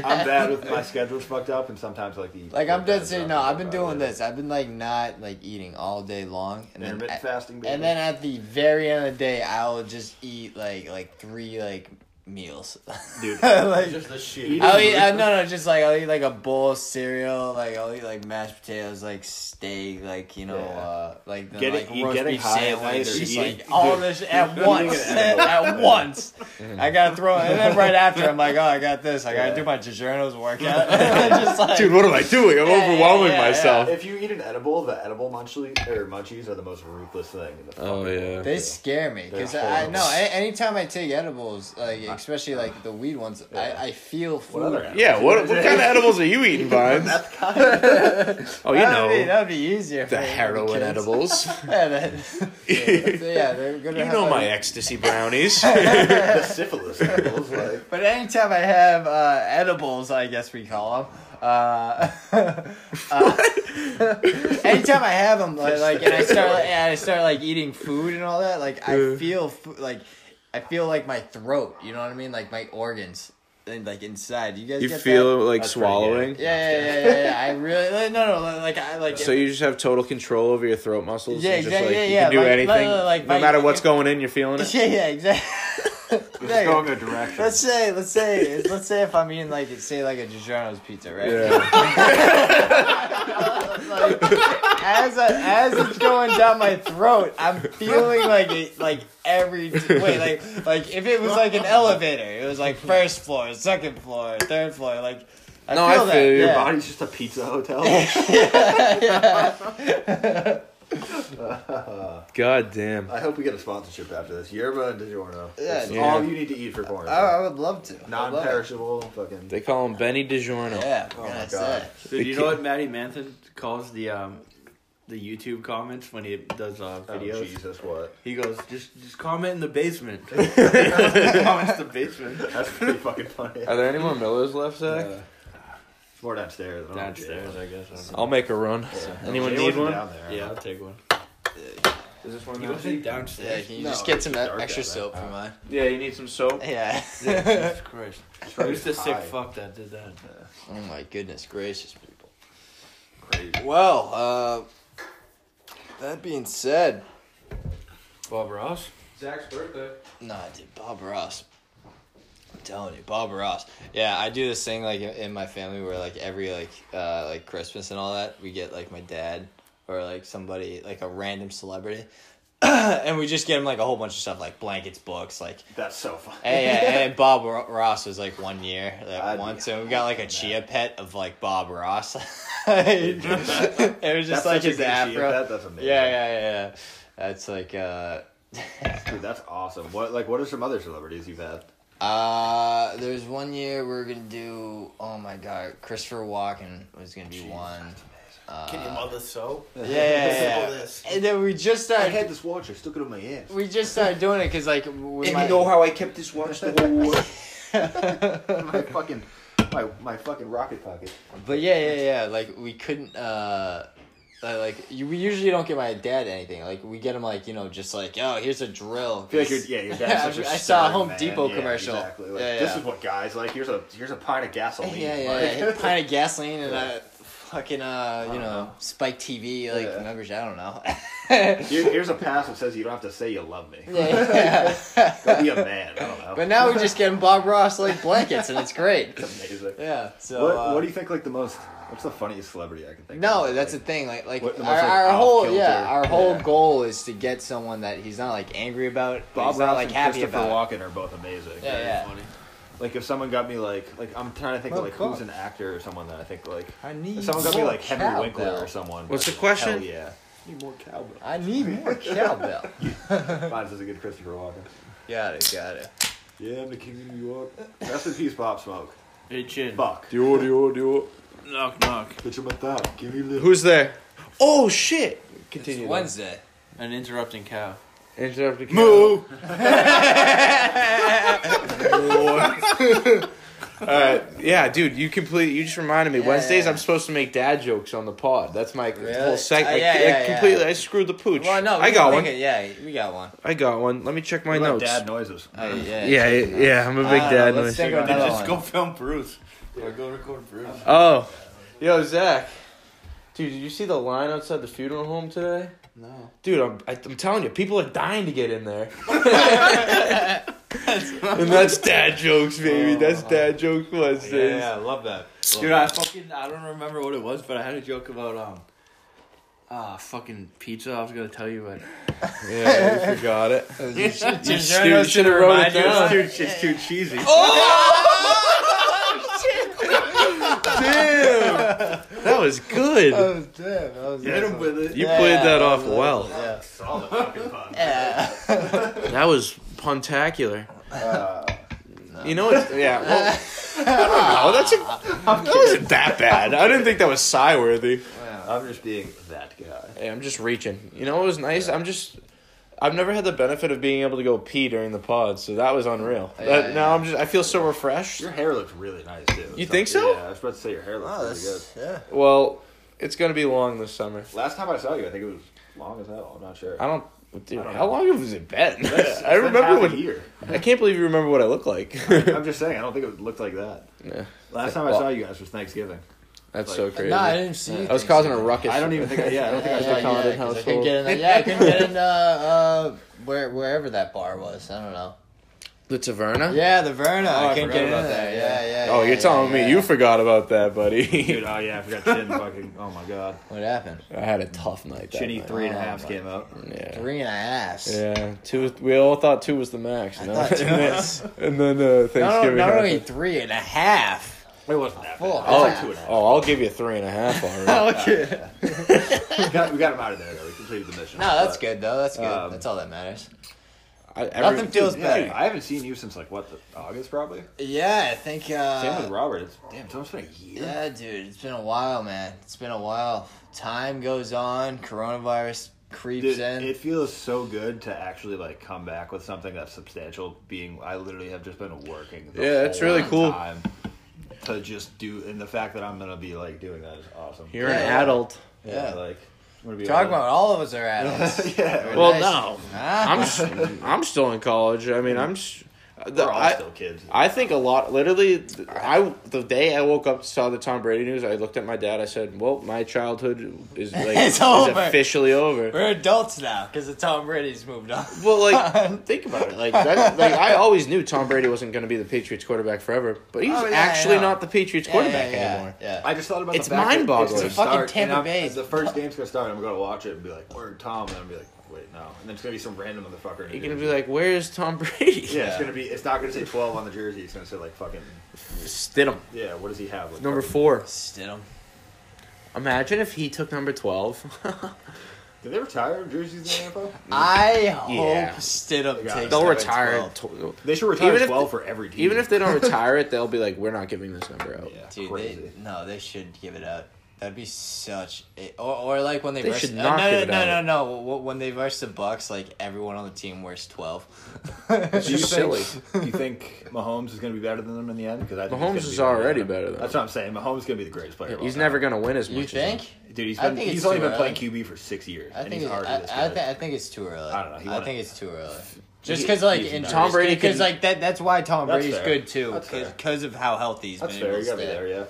I'm bad with my schedule's fucked up, and sometimes like the Like I'm dead serious. No, I've been doing this. I've been like not like eating all day long, and then Intermittent at- fasting. Baby. And then at the very end of the day, I will just eat like like three like meals. dude. like, Just the shit. Eat I'll it. eat, uh, no, no, just like I'll eat like a bowl of cereal, like I'll eat like mashed potatoes, like steak, like you know, Yeah. uh, like the, Getting- like you roast getting beef high at night sandwich, or just eating- like all dude, this at eating once, an edible. at once. I gotta throw, and then right after, I'm like, oh, I got this. I gotta Yeah. do my Gigernos workout. just like, Dude, what am I doing? I'm Uh, Yeah, yeah, overwhelming yeah, yeah. myself. If you eat an edible, the edible munchies or munchies are the most ruthless thing. In the Oh, fucking yeah. world. They scare me because They're I horrible. no. a- Anytime I take edibles, like especially like the weed ones, Yeah. I, I feel What other food. animals? Yeah, what what kind of edibles are you eating, Vines? oh, you That would be, know that'd be easier. the for heroin kids. edibles. Yeah, that, yeah, so, yeah, they're gonna. You have know like- my ecstasy brownies. the syphilis edibles, like But anytime I have uh, edibles, I guess we call them. Uh, uh, anytime I have them, like, like, and I start, like, and I start like eating food and all that, like I Yeah. feel fo- like I feel like my throat. You know what I mean? Like my organs, and like inside. You guys you get feel like That's pretty swallowing. That? Yeah, yeah, yeah, yeah, yeah. I really like, no, no. Like I like. So you just have total control over your throat muscles. Yeah, and just, Like, exactly, yeah, you yeah, can do like- anything. like- like no my- matter what's going in, you're feeling it. yeah, yeah, exactly. this is going a direction. Let's say, let's say, let's say if I'm eating like, say like a DiGiorno's pizza, right? Yeah. Like, as I, as it's going down my throat, I'm feeling like it, like every way, like like if it was like an elevator, it was like first floor, second floor, third floor, like. I No, I feel that. feel you. yeah. Your body's just a pizza hotel. God damn. I hope we get a sponsorship after this. Yerba and DiGiorno. Yeah, It's dude. all you need to eat for Oh, quarantine. I would love to. I'd love it. Non-perishable, fucking. They call him Benny DiGiorno. Yeah. Oh my that's God. it. Dude, you The know ki- what Maddie Manson calls the um, the YouTube comments when he does uh, Oh, videos? Jesus, what? He goes, just just comment in the basement. Comments the basement. That's pretty fucking funny. Are there any more Millers left, Zach? Yeah. It's more downstairs. I don't know if Downstairs, Jay I guess. I'll make a run. was- Yeah. Anyone Jay need wasn't one? Down there. Yeah, I'll take one. Is this one? You want to say Yeah, downstairs? can you No, just get some e, dark extra out, soap for man. mine? Yeah, you need some soap. Yeah. Yeah, Jesus Christ. Who's the sick Hi. fuck that did that? oh my goodness gracious, people. Crazy. Well, uh, that being said, Bob Ross? Zach's birthday. Nah, dude, Bob Ross. I'm telling you, Bob Ross. Yeah, I do this thing like in- in my family where like every like uh like Christmas and all that, we get like my dad or like somebody like a random celebrity. and we just get him like a whole bunch of stuff like blankets, books, like That's so funny. hey, yeah, and Bob Ro- Ross was like one year that I'd be once, and we got like a on that. chia pet of like Bob Ross. it was just That's like such a his good afro. Chia Pet, That's amazing. yeah, yeah, yeah, yeah. That's like uh. Dude, that's awesome. What like what are some other celebrities you've had? Uh, there's one year we are gonna do. Oh my god, Christopher Walken was gonna be one. Uh, Can you mother so? yeah, yeah, yeah. Simple this. And then we just I started. had this watch. I stuck it on my ass. We just started doing it because like we might- how I kept this watch the whole war? my fucking my my fucking rocket pocket. But yeah, yeah, yeah. Like we couldn't. uh uh, like you, we usually don't get my dad anything. Like we get him, like you know, just like oh, here's a drill. I feel like you're, yeah, your Yeah, dad's such a I saw a stern Home man. Depot Yeah, commercial. Exactly. Like, Yeah, This yeah. is what guys like. Here's a here's a pint of gasoline. yeah, Like, yeah, yeah. pint of gasoline and a fucking uh, you know, don't know. Spike TV like Yeah. members. I don't know. Here, here's a pass that says you don't have to say you love me. yeah, yeah. Go be a man. I don't know. But now we're just getting Bob Ross like blankets, and it's great. it's amazing. Yeah. So what uh, what do you think like the most? What's the funniest celebrity I can think? no, of? that's the like, thing. Like, like What- the most, our, like, our off whole kilter. yeah, our whole Yeah. goal is to get someone that he's not like angry about, but he's Bob not Ross like and happy Christopher about. Walken are both amazing. Yeah, yeah. Funny. Like if someone got me like like I'm trying to think Well, of like of who's an actor or someone that I think like I need if someone got me more like Henry Winkler or cowbell. someone. What's I'd the be like, question? Hell yeah. Need more cowbell. I need more cowbell. Mine is a good Christopher Walken. got it. Got it. Yeah, I'm the king of New York. Rest in peace, Pop Smoke. Hey, Chin. Fuck. Dior, Dior, Dior. Knock, knock. Bitch, I'm a thot. Give me a little. Who's there? Oh shit! It's Continue. Wednesday. An interrupting cow. Interrupted. Moo! Uh, yeah, dude, you complete. You just reminded me. Yeah, Wednesdays, yeah. I'm supposed to make dad jokes on the pod. That's my Really? whole Uh, segment. yeah, I yeah, yeah. completely. I screwed the pooch. Well, no, we I can got make one. It, yeah, we got one. I got one. Let me check my What about notes. Dad noises. Uh, yeah. yeah, yeah, yeah, I'm a big Uh, dad. let's noise. think of Dude, another just one. go film Bruce. Or go record Bruce. Oh, yo, Zach, dude, did you see the line outside the funeral home today? No. Dude, I'm I, I'm telling you, people are dying to get in there. and that's dad jokes, baby. That's dad jokes Yeah, Wednesdays. yeah, I love that. Love Dude, that. I fucking I don't remember what it was, but I had a joke about um ah fucking pizza. I was gonna tell you, but Yeah, you forgot it. You should- you You should know- should have wrote it down. It's too, it's too cheesy. Damn, that was good. Oh, damn, that was- hit him with it. You Yeah, played that yeah, off yeah, well. Yeah. Solid fucking pun. Yeah. That was puntacular. Uh, You know what? Yeah. Well, I don't know. That's a, that wasn't that bad. I didn't think that was sigh worthy. I'm just being that guy. Hey, I'm just reaching. You know what was nice? I'm just. I've never had the benefit of being able to go pee during the pod, so that was unreal. Yeah, That- yeah. Now I'm just. I feel so refreshed. Your hair looks really nice too. You think so? Yeah, I was about to say your hair looks Oh, really good. that's, yeah. Well, it's gonna be long this summer. Last time I saw you, I think it was long as hell. I'm not sure. I don't. Dude, I don't how know. long has it been? It's- it's I been half remember a when. year. I can't believe you remember what I look like. I'm just saying, I don't think it looked like that. Yeah. Last time I saw you guys was Thanksgiving. That's so crazy. No, I didn't see. I was causing a ruckus. I don't even think. I, yeah, I don't think I Yeah, saw the yeah, you. Condon yeah, 'cause I household. couldn't get in. Yeah, I couldn't get in. Uh, uh, where wherever that bar was, I don't know. the Taverna. Yeah, the Verna. Oh, I, I couldn't forgot get in about there. that, Yeah, yeah. Oh, yeah, you're yeah, telling yeah. me you forgot about that, buddy. Dude, oh yeah, I forgot Chin fucking. Oh my god, What happened? I had a tough night. That Chinny night. three and a Oh, half my came out. Yeah. Three and a half. Yeah, two. was- We all thought two was the max. You know? thought two and, then, was- and then uh, No, Thanksgiving. no, no, happened. only three and a half. It wasn't that Full bad. It Oh, was like two and a half. oh, I'll give you three and a half already. Okay. We got, we got him out of there though. We completed the mission. No, that's But, good though. That's good. Um, that's all that matters. I, Nothing feels dude, better. I haven't seen you since like what the August probably. Yeah, I think. Same with Uh, Robert. It's, damn, it's almost been a year. yeah, dude, it's been a while, man. It's been a while. Time goes on. Coronavirus creeps Dude, in. it feels so good to actually like come back with something that's substantial. Being, I literally have just been working. The Yeah, that's whole really cool. Time to just do, and the fact that I'm gonna be like doing that is awesome. You're an an Yeah. adult. Yeah, Yeah. like I'm gonna be Talk old. about all of us are adults. yeah, Well, Nice. no, Huh? I'm s- I'm still in college. I mean, I'm. s- we're The, all I, still kids. I think a lot. Literally, th- I the day I woke up saw the Tom Brady news. I looked at my dad. I said, "Well, my childhood is like It's is over. officially over." We're adults now because the Tom Brady's moved on. Well, like, think about it. Like, that, like I always knew Tom Brady wasn't going to be the Patriots quarterback forever, but he's Oh, yeah, I actually know. not the Patriots Yeah, quarterback yeah, yeah, anymore. Yeah. I just thought about It's the fact that mind-boggling. gonna It's fucking start, and Tampa I'm- Bay. The first game's gonna start. I'm gonna watch it and be like, "Word, Tom," and I'm gonna be like, "Wait, no." And then it's gonna be some random motherfucker. in a You're going to jersey. be like, where is Tom Brady? Yeah, it's Yeah. gonna be. It's not gonna say twelve on the jersey. It's gonna say like fucking. Stidham, Yeah, what does he have? Like, number fucking- four. Stidham. Imagine if he took number 12. Did they retire jerseys in the NFL? I hope Yeah. Stidham Yeah. takes. They'll number retire. it 12. tw- They should retire Even if- twelve for every team. Even if they don't retire it, they'll be like, we're not giving this number out. yeah, Dude, crazy. they, no, they should give it up. That'd be such. A, or, or like when they, They verse- should uh, not no, give no, it no, out. no, no, W- When they verse the Bucks, like everyone on the team wears twelve. Do you just think, silly. Do you think Mahomes is going to be better than them in the end? Because Mahomes is already better than That's what I'm saying. Mahomes is going to be the greatest player. of He's all never time. going to win as much. you as think? him. Dude, he's I been. think He's it's only too been early. playing QB for six years, I and think. he's It, already I, this I, good. th- I think it's too early. I don't know, he I wanna- think it's too early. Just He- because, like, he's in not. Tom Tom Brady Brady, because can- like that. That's why Tom That's Brady's fair. good too, That's fair. because of how healthy he's That's been. fair. able You to got to be stay. there. Yeah.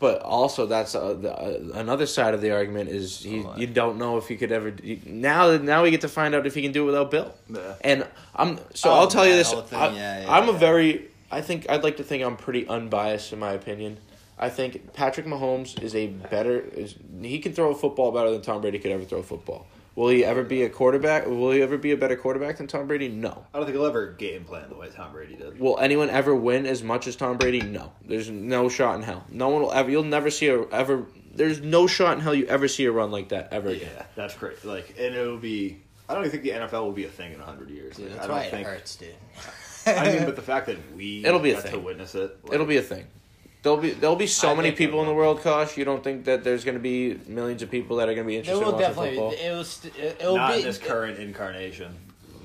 But also, that's uh the, uh, another side of the argument is he, Oh, I- you don't know if he could ever. You, now, now we get to find out if he can do it without Bill. Yeah. And I'm so Oh, I'll tell you that this. whole thing, I, yeah, yeah, I'm a yeah. very I think I'd like to think I'm pretty unbiased in my opinion. I think Patrick Mahomes is a better is he can throw a football better than Tom Brady could ever throw a football. Will he ever be a quarterback? Will he ever be a better quarterback than Tom Brady? No. I don't think he'll ever game plan the way Tom Brady did. Will anyone ever win as much as Tom Brady? No. There's no shot in hell. No one will ever. You'll never see a ever. There's no shot in hell you ever see a run like that ever again. Yeah, that's crazy. Like, and it'll be. I don't even think the NFL will be a thing in hundred years. Like, I That's don't why it think. hurts, dude. I mean, but the fact that we It'll be a got to thing. witness it, like, It'll be a thing. There'll be there'll be so I many think there people in the world, Kosh. You don't think that there's going to be millions of people that are going to be It interested in will watching definitely. football? It will. St- it- it'll not be in this current incarnation.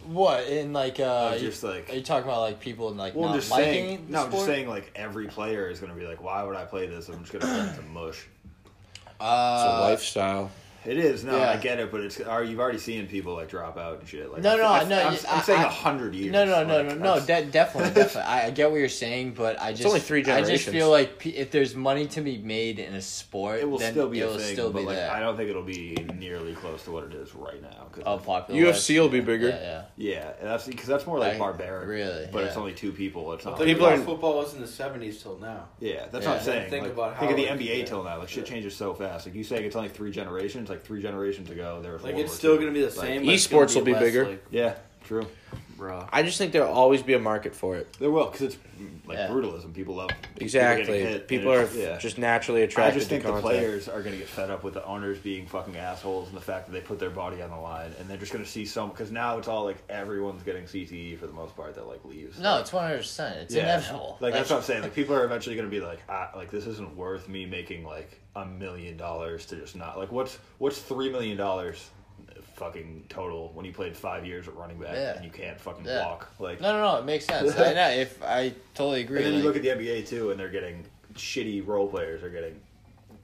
what in like. uh Of just like Are you talking about like people and like Well, I'm not just liking saying. the No, I'm just sport? saying. Like every player is gonna be like, "Why would I play this? I'm just gonna turn to mush." It's a Uh, lifestyle. It is. No, I Yeah. get it, but it's are you've already seen people like drop out and shit. Like No, I no, th- I, no, am you- I- saying I- a hundred years. No, no, no, like, no, no. that's- De- definitely, definitely. I, I get what you're saying, but I just only three I just generations. feel like pe- if there's money to be made in a sport, it will then still be it a will thing, still but be like there. I don't think it'll be nearly close to what it is right now. 'cause Oh, that's- popular. UFC will list, be yeah, bigger. Yeah, yeah. yeah, and that's because that's more like I- barbaric. really, but it's yeah. only two people. It's not. Think like- People about are- football was in the seventies till now. Yeah, that's Yeah. what I'm saying. Think Like, about think how of the it- NBA yeah. till now. Like shit Yeah. changes so fast. Like you saying, it's only three generations. Like three generations ago, there was Like World it's War still II. gonna be the Like, same. but it's gonna be less, like, yeah, true. I just think there'll always be a market for it. There will because it's mm, like Yeah. brutalism. People love people getting hit, Exactly. and People are it's- yeah. just naturally I attracted just think to the contact. players are going to get fed up with the owners being fucking assholes and the fact that they put their body on the line, and they're just going to see some because now it's all like everyone's getting CTE for the most part that like leaves. No, Like, it's one hundred percent. It's yeah. inevitable. Like that's what I'm saying. Like people are eventually going to be like, ah, like this isn't worth me making like a million dollars to just not like what's what's three million dollars fucking total when you played five years at running back Yeah. and you can't fucking Yeah. walk like No, no, no. It makes sense. I know. If I totally agree. and then you like- look at the NBA too, and they're getting shitty role players are getting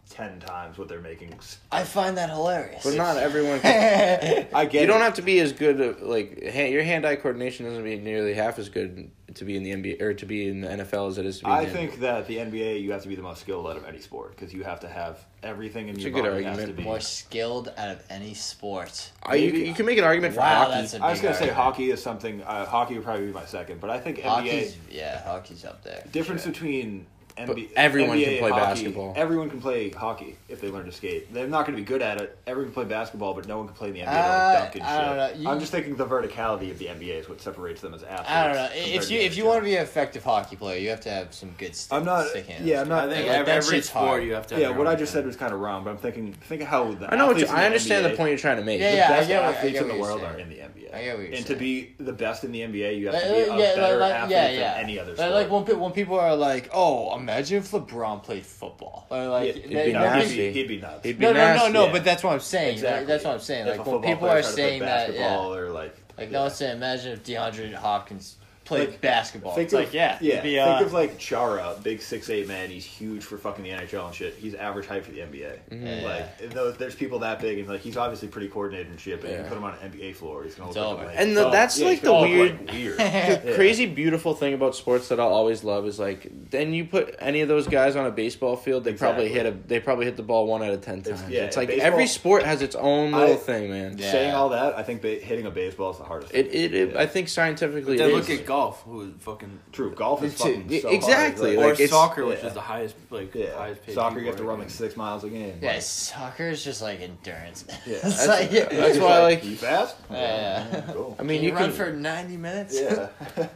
ten times what they're making. I find that hilarious. But not everyone. Can, I get. you don't it. have to be as good. of- Like hand, your hand-eye coordination doesn't be nearly half as good to be in the NBA or to be in the NFL as it is to be. I in the think that the NBA, you have to be the most skilled out of any sport because you have to have everything in It's your a good body has to argument. be. more skilled out of any sport. Uh, you, Maybe- you can make an argument for hockey. Wow, that's a big I was gonna say argument. hockey is something. Uh, hockey would probably be my second, but I think Hockey's NBA. yeah, hockey's up there. Difference between But NBA, everyone NBA can and play hockey, basketball. Everyone can play hockey if they learn to skate. They're not going to be good at it. Everyone can play basketball, but no one can play in the NBA. Uh, like dunk and I don't shit. know. You- I'm just thinking the verticality of the NBA is what separates them as athletes. I don't know. compared If to you the if you NHL. want to be an effective hockey player, you have to have some good stick, I'm not. stick hands. Yeah, I'm not. I think Like, ev- that every shit's sport hard. you have to. Have Yeah, your what own I just thing. said was kind of wrong, but I'm thinking think of how the I know. What you, athletes in I understand NBA, the point you're trying to make. Yeah, The yeah. I best get what- I athletes get in the what you're world saying. are in the NBA. I get what you're and to saying. be the best in the NBA, you have Like, to be a yeah, better like, athlete yeah, yeah. than any other Like, sport. like when, pe- when people are like, "Oh, imagine if LeBron played football," or like, Yeah, they- it'd be no, no, nasty. He'd be, he'd be nuts. He'd be no, no, no, nasty. no, Yeah. But that's what I'm saying. Like, Exactly. that's what I'm saying. If a like when football people player are tried to play saying that, basketball yeah. or like, Like yeah. no one's saying, imagine if DeAndre Hopkins played Like, basketball. Think It's of, like yeah, yeah. it'd be, uh, think of like Chara, big six eight man. He's huge for fucking the NHL and shit. He's average height for the NBA. Mm-hmm. Yeah. Like though, there's people that big and like he's obviously pretty coordinated and shit. But you Yeah. put him on an NBA floor, he's gonna It's look like a over. lame And the- fuck. that's, Yeah, like, he's gonna the look like weird. The Yeah. crazy beautiful thing about sports that I'll always love is like then you put any of those guys on a baseball field, they probably hit Exactly. a they probably hit the ball one out of ten times. It's- It's, yeah, like baseball- every sport has its own I- little thing, man. Yeah. Saying all that, I think ba- hitting a baseball is the hardest. It thing. it, it Yeah. I think scientifically Then it look is. at golf, who fucking true. Golf is It's- fucking it- so exactly, Hard. or like, it's- soccer, which yeah. is the highest like yeah, highest paid. soccer you have to sport, run like yeah. six miles a game. yeah, soccer is just like endurance. Yeah. it's That's- like yeah. that's why like you fast. Yeah. cool. I mean you run can for ninety minutes. Yeah,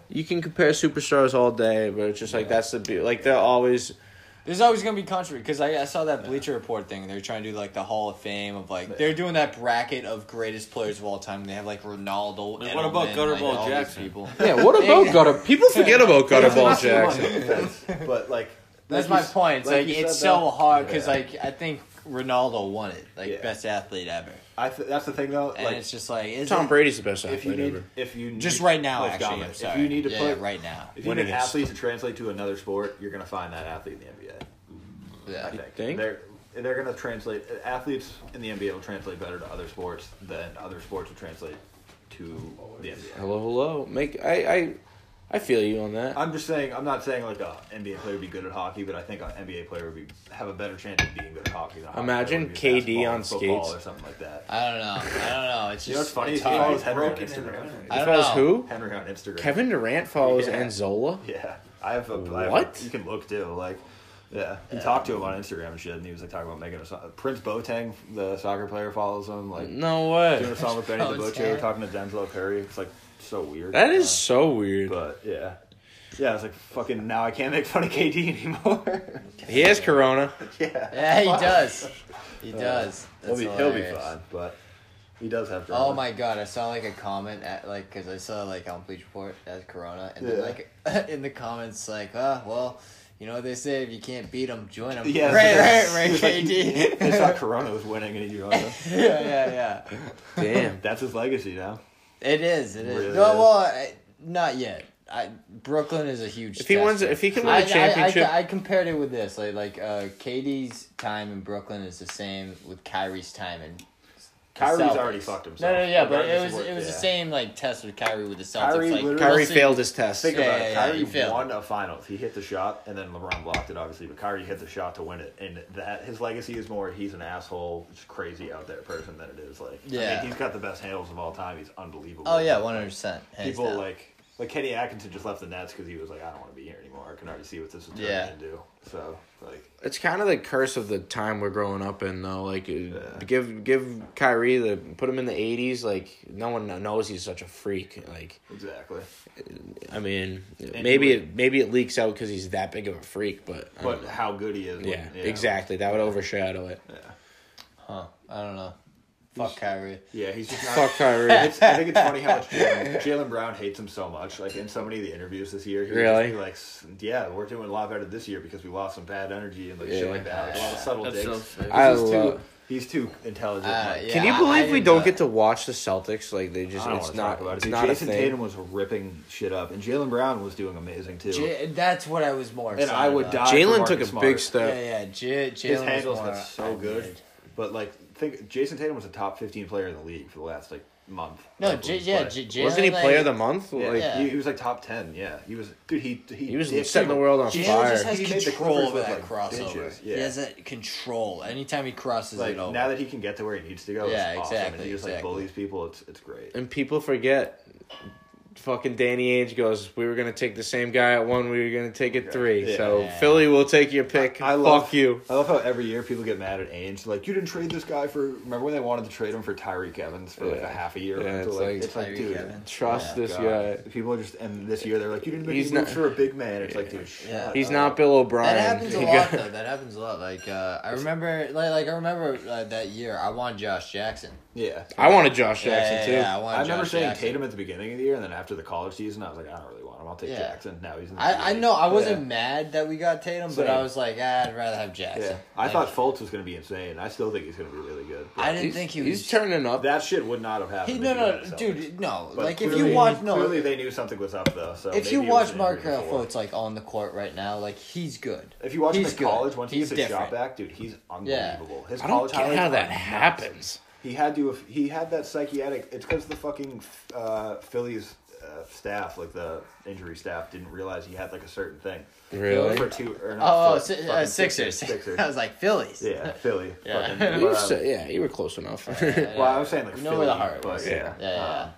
you can compare superstars all day, but it's just like that's the be- like they're always There's always gonna be controversy because I, I saw that Bleacher Report thing. They're trying to do like the Hall of Fame of like they're doing that bracket of greatest players of all time. and They have like Ronaldo. Like, what about Edelman, Gutterball all these Jackson? People. yeah. What about gutter? People forget about gutter ball Jackson. but like That's like my you s- point. It's like, you it's said, so though- hard because Yeah. like I think Ronaldo won it, like Yeah. best athlete ever, I th- that's the thing though. and like it's just like is Tom it- Brady's the best if athlete you need ever. if you need, Just right now, like, actually. Dominic, I'm sorry. If you need to yeah, put yeah, right now. If you need Winningest. athletes to translate to another sport, you're gonna find that athlete in the NBA. I Yeah. think. think? They're they're gonna translate athletes in the NBA will translate better to other sports than other sports will translate to the NBA. Hello, hello. Make I I I feel you on that. I'm just saying I'm not saying like a NBA player would be good at hockey, but I think an NBA player would be have a better chance of being good at hockey. Than a hockey Imagine player would be at KD basketball on or football skates. or something like that. I don't know. I don't know. It's just You know what's funny It's is he hard. follows Henry on Broken in Instagram. the I As don't far as know. who? Henry on Instagram. Kevin Durant follows Yeah. Anzola. Yeah, I have a I have a- What? you can look too. Like, yeah, he talked to him on Instagram and shit, and he was like talking about making a song. Prince Boateng, the soccer player, follows him. Like, No doing way. a song with Benny the Butcher, Boateng. talking to Denzel Curry. It's like so weird. Uh, That is so weird. but yeah. Yeah, it's like fucking. Now I can't make fun of KD anymore. He has corona. yeah, Yeah, he does. He does. Uh, he'll That's be he'll be hilarious. fine, but he does have. Drama. Oh my god! I saw like a comment at like because I saw like on Bleach Report as Corona, and then Yeah. like in the comments like, ah, well, you know what they say: if you can't beat them, join them. Yeah, right, right, right, it's like- KD. They saw Corona was winning, and he joined them. yeah, yeah, yeah. Damn. That's his legacy now. It is. It is. Really no, is. well, I, not yet. I, Brooklyn is a huge. If he test wins, for- if he can win a championship, I, I, I compared it with this, like like uh, Katie's time in Brooklyn is the same with Kyrie's time in Kyrie's Celtics. already fucked himself. No, no, yeah, but it Regardless was of what- it was the yeah. same like test with Kyrie with the Celtics. Kyrie like, literally- Kyrie Wilson- failed his test. Think Yeah, about yeah, it. yeah, Kyrie he failed. won a finals. He hit the shot, and then LeBron blocked it, obviously. But Kyrie hit the shot to win it, and that his legacy is more he's an asshole, just crazy out there person than it is like. I Yeah. mean, he's got the best handles of all time. He's unbelievable. Oh yeah, one hundred percent. People like like Kenny Atkinson just left the Nets because he was like, I don't want to be here anymore. I can already see what this is turning Yeah. into. So like, It's kind of the curse of the time we're growing up in, though. Like, uh, give give Kyrie the put him in the '80s. Like, no one knows he's such a freak. Like, exactly. I mean, he maybe would- it maybe it leaks out because he's that big of a freak, but I But don't know. how good he is. when- yeah, exactly, that would overshadow it. Yeah. huh? I don't know. Fuck Kyrie. Yeah, he's just not. Fuck Kyrie. It's, I think it's funny how much Jalen, Jalen Brown hates him so much. Like in so many of the interviews this year, he would Really? just be like, "S- "Yeah, we're doing a lot better this year because we lost some bad energy and like shit Yeah. like that. Like, a lot of subtle That's digs." so sick. Because I he's love- too. He's too intelligent. Uh, like, yeah, Can you I- believe I we didn't don't know get that. to watch the Celtics? Like they I just, don't it's want to not, talk about it. it's Dude, not a Jason thing. Tatum was ripping shit up, and Jalen Brown was doing amazing too. J- that's what I was more. and I would die. for Jalen took Marcus a Smart. big step. Yeah, yeah. J- His Jalen handles was more, got so good. admired. But like, think Jason Tatum was a top fifteen player in the league for the last like month. No, Like, J- when he yeah, played. J- Jalen. Wasn't he player like, of the month? Yeah, Like, Yeah. He, he was like top ten. Yeah, he was. Dude, he he, He was dicked setting the people. world on Jalen fire. just has He made the control Clippers over look that like crossover. bitches, yeah. He has that control. Anytime he crosses Like it over. now that he can get to where he needs to go, Yeah, yeah, it's awesome. exactly, And he just exactly. like bullies people. It's it's great. and people forget. Fucking Danny Ainge goes. We were gonna take the same guy at one. We were gonna take at three. Yeah. So Yeah. Philly will take your pick. I Fuck love you. I love how every year people get mad at Ainge. Like you didn't trade this guy for. Remember when they wanted to trade him for Tyreek Evans for like Yeah. a half a year? Yeah, rental? it's like- it's like Tyreek dude. Evans. Trust Oh, my this guy. God. People are just and this year they're like, you didn't make He's He's not, not- for a big man. It's like, dude, shut He's up. not Bill O'Brien. That happens a He lot got- though. That happens a lot. Like uh, I remember, like, like I remember uh, that year. I wanted Josh Jackson. Yeah, I wanted Josh Yeah, Jackson yeah, too. yeah, I wanted I remember Josh saying Jackson. Tatum at the beginning of the year, and then after the college season, I was like, I don't really want him. I'll take Yeah. Jackson. Now he's in the I, I NBA. know I wasn't Yeah. mad that we got Tatum, but Same. I was like, ah, I'd rather have Jackson. Yeah, I Like, thought Fultz was going to be insane. I still think he's going to be really good. but I didn't He's- think he was. He's turning up. that shit would not have happened. he, if no, he no, had the Celtics. dude, no. But like if clearly- you watch, no, clearly they knew something was up though. So if you maybe it was watch an Mark injury before. Fultz like on the court right now, like he's good. if you watch him he's in good. college, once he He's gets his shot different. back, dude, he's Yeah. unbelievable. His I don't college get highlights how are that nuts. happens. He had to. have- He had that psychiatric. It's because the fucking uh, Phillies uh, staff, like the injury staff, didn't realize he had like a certain thing. Really? For two or not? Oh, for- si- uh, fucking Sixers. Sixers. I was like Phillies. yeah, Philly. Yeah. Fucking- You but, um, said- yeah, you were close enough. well, I was saying like You know Philly, where the heart but, was. yeah, Yeah, yeah, yeah. Um,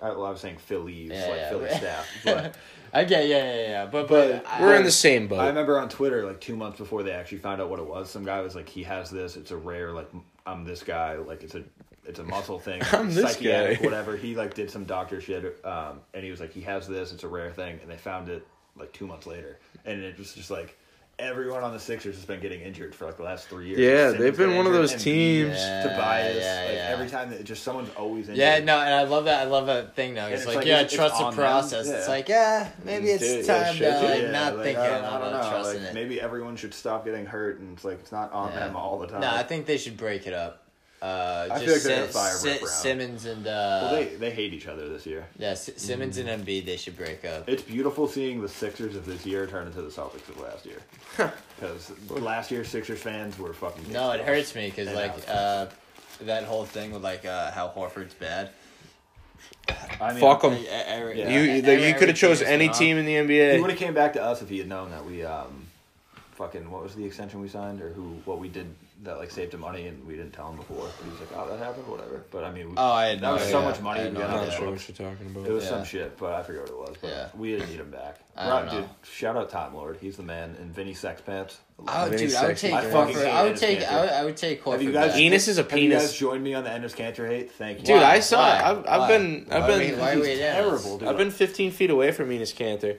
I, well, I was saying Phillies, Yeah, like yeah. Philly staff, but. Okay, yeah, yeah, yeah. But But but, uh, I- We're in the same boat. I remember on Twitter, like two months before they actually found out what it was, some guy was like, "He has this. It's a rare. Like I'm this guy. Like it's a it's a muscle thing. I'm this psychiatric, guy." Whatever. He like did some doctor shit, um, and he was like, "He has this. It's a rare thing." And they found it like two months later, and it was just like everyone on the Sixers has been getting injured for like the last three years. Yeah, Simmons they've been got one of injured, those Embiid, teams. Yeah, Tobias, yeah, like yeah. every time that just someone's always injured. yeah, no, and I love that. I love that thing though. And It's, it's like, like, yeah, it's- trust it's the on them. process. It's Yeah. like, yeah, maybe it's Dude, yeah, time shit, to like yeah, Uh, not like, thinking I don't, I about don't know. trusting like, it. Maybe everyone should stop getting hurt, and it's like it's not on Yeah. them all the time. No, I think they should break it up. Uh, just I feel like they're gonna Si- fire Si- Rip Brown. Simmons and uh, Well, they Mm-hmm. they hate each other this year. yeah, S- Simmons and Embiid. They should break up. It's beautiful seeing the Sixers of this year turn into the Celtics of last year. Because last year Sixers fans were fucking. No, it dicks. hurts me because I like know. uh, that whole thing with like uh, how Horford's bad. I mean, Fuck 'em. Like, e- every- Oh. Yeah. You you, every- you every could have chose team's any gone. team in the He NBA. would have came back to us if he had known that we um, fucking what was the extension we signed or who what we did that like saved him money and we didn't tell him before. He was like, oh, that happened, whatever. But I mean, we, Oh, I had that no was so idea. much money. I had no we got I'm out not of idea. the sure books. what you're talking It about. was Yeah. some shit, but I forget what it was. But Yeah. we didn't need him back. I Rob- don't know. Dude, shout out Time Lord. He's the man. And Vinny Sexpants. Oh, Vinny dude, I would Sexton. take I fucking Horford. hate I would Enes take. Kanter. I would, I would take Horford. Have you guys? back. Enos is a have you guys penis. joined me on the Ender's Cantor hate? Thank you, Dude, Why? I saw Why? it. I've, I've Why? been I've Why are been we- why are we- yeah. terrible. Dude. I've been 15 feet away from Enos Cantor.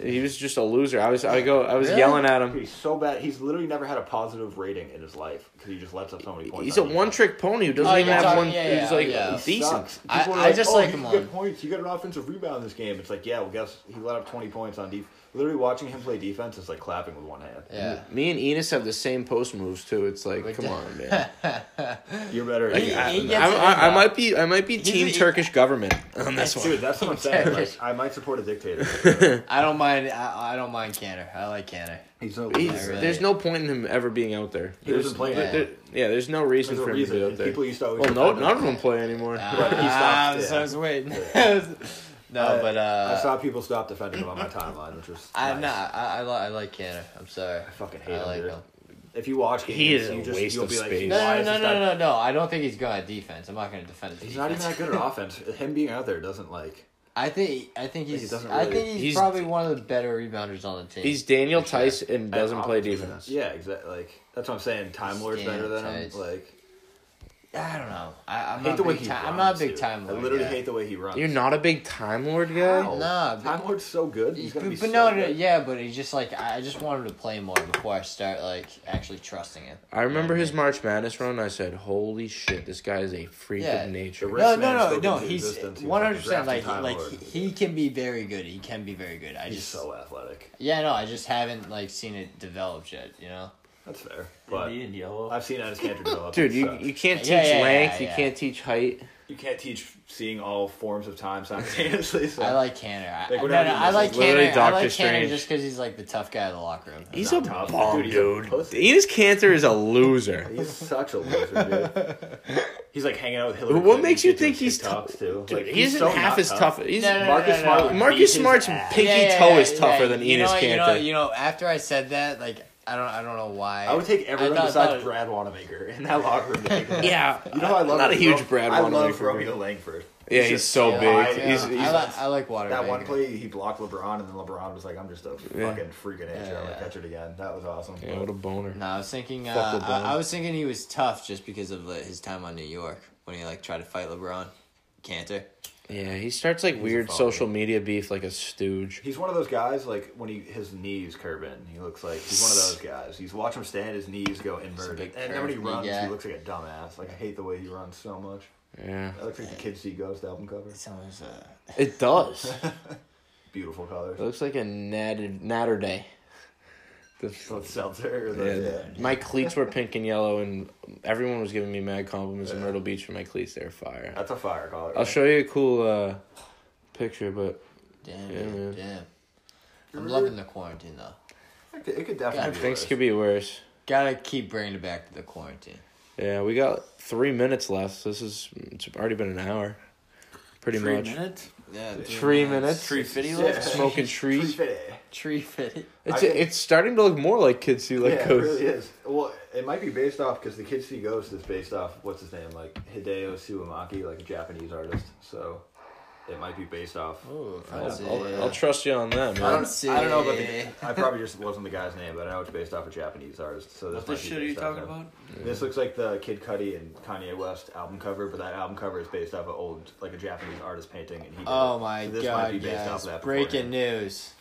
He was just a loser. I was I go I was Really? yelling at him. He's so bad. He's literally never had a positive rating in his life because he just lets up so many points. He's a on defense. one trick pony who doesn't Oh, even you're have talking- one. yeah, yeah, he's like yeah. decent. Sucks. People I- are I just oh, like he him can get on- points. You got an offensive rebound in this game. It's like, yeah, well, guess he let up twenty points on defense. literally watching him play defense is like clapping with one hand. Yeah. Me and Enos have the same post moves too. It's like, come on, man. You're better. Like, He- I, he I- gets it in, I- I though. might be, I might be He's team a- Turkish government on this one. Dude, that's what I'm saying. Like, I might support a dictator. I don't mind. I, I don't mind Canner. I like Canner. He's no. He's, really- there's no point in him ever being out there. He There's- doesn't play there- anymore. there- yeah, there's no reason There's for a him to be reason. out there. People used to always. well, no, defend him. none of them play anymore. But he Ah, stopped, so I yeah. was waiting. no, I- but I uh, saw people stop defending him on my timeline, which was. I, nice. no, I, I, li- I like Canner. I'm sorry. I fucking hate I him, like dude. him. If you watch games, He is you a just, waste you'll of be like, space. No, why no, is no, this no, guy- no, no. I don't think he's good at defense. I'm not going to defend his He's not defense. even that good at offense. Him being out there doesn't like. I think I think he's doesn't I really- think he's, he's- probably one of the better rebounders on the team. He's Daniel Tice and doesn't play offense. defense. Yeah, exactly. Like that's what I'm saying. Time Lord's Stand better than him. tight. Like I don't know. I, I'm I hate not the way big he. time. runs, I'm not a big dude. time. I Lord literally guy. hate the way he runs. You're not a big Time Lord guy. How? Nah, but- Time Lord's so good. He's But, gonna be but so no, no, good. yeah, but he just like I I just wanted to play more before I start like actually trusting it. I remember his March Madness run. I said, "Holy shit, this guy is a freak Yeah. of nature." The No, Risk no, man no, spoke no. into He's existence. He was one hundred like percent a like drafted like Time Lord. he he can be very good. He can be very good. I He's just so athletic. yeah, no, I just haven't like seen it developed yet. You know. That's fair. But Indian yellow. I've seen Ennis Cantor develop. Dude, It you, sucks. you can't teach Yeah, yeah, yeah, length. yeah. You can't teach height. You can't teach seeing all forms of time simultaneously. So. I like Canner. I, Like, no, whatever no, you I listen like to. Literally Canner. I Doctor like Canner Strange. just because he's like the tough guy of the locker room. He's a not tough. bomb, Dude, he's a dude. pussy. Enos Cantor is a loser. He's such a loser, dude. He's like hanging out with Hillary. What Clinton, makes you doing think he's TikToks, tough? Too. Dude, Like, he isn't so half not as tough. He's, No, no, no, Marcus no, Smart no. would beat Marcus his Smart's ass. pinky toe is tougher than you Enos know, you Cantor. know, you know, after I said that, like I don't, I don't know why. I would take everyone I thought- besides thought- Brad Wanamaker in that locker room. to take him. yeah, You know who I love. Not a is huge Ro- Brad. I Wanamaker. love Romeo Langford. Yeah, He's he's just so so high, Oh, big. yeah. He's, he's, I, li- I like water. That one Baker. play he blocked LeBron, and then LeBron was like, "I'm just a Yeah. fucking freaking yeah, Yeah, I'm gonna yeah. catch it again." That was awesome. yeah, what a boner. No, I was thinking. Fuck Uh, LeBron. I, I was thinking he was tough just because of like, his time on New York when he like tried to fight LeBron, Cantor. Yeah, he starts like weird fuck. social media beef like a stooge. He's one of those guys like when he his knees curve in, he looks like he's one of those guys. He's watch him stand, his knees go big inverted, and then when he curved knee runs, guy. he looks like a dumbass. Like I hate the way he runs so much. Yeah, That looks like the Kids See Ghost album cover. Someone's uh, it does. Beautiful colors. It looks like a natted natter day. The- Both seltzer. Or the, yeah, yeah. My cleats were pink and yellow, and everyone was giving me mad compliments in Myrtle Beach for my cleats. They're fire. That's a fire color. I'll show you a cool uh, picture, but damn, Yeah, man. dude, damn. I'm loving the quarantine though. It could- it could definitely. be things worse. could be worse. Gotta keep bringing it back to the quarantine. Yeah, we got three minutes left. This is it's already been an hour, pretty Three much. minutes. Yeah, dude, Three man, minutes. Three fifty Yeah. left. Smoking Tree trees. fitty. Tree fit. It's I- it's starting to look more like Kids See Like yeah, Ghosts. it really is. Well, it might be based off because the Kids See Ghost is based off what's his name, like Hideo Suwamaki, like a Japanese artist. So it might be based off. Ooh, fancy. I'll, I'll trust you on that, I man. don't, I don't know about Fancy. the. I probably just wasn't the guy's name, but I know it's based off a Japanese artist. So this What the might be shit are you based off talking him. about? This looks like the Kid Cudi and Kanye West album cover, but that album cover is based off an old, like a Japanese artist painting. And he did Oh it. my So this might be god, based off guys! of that Breaking beforehand. news.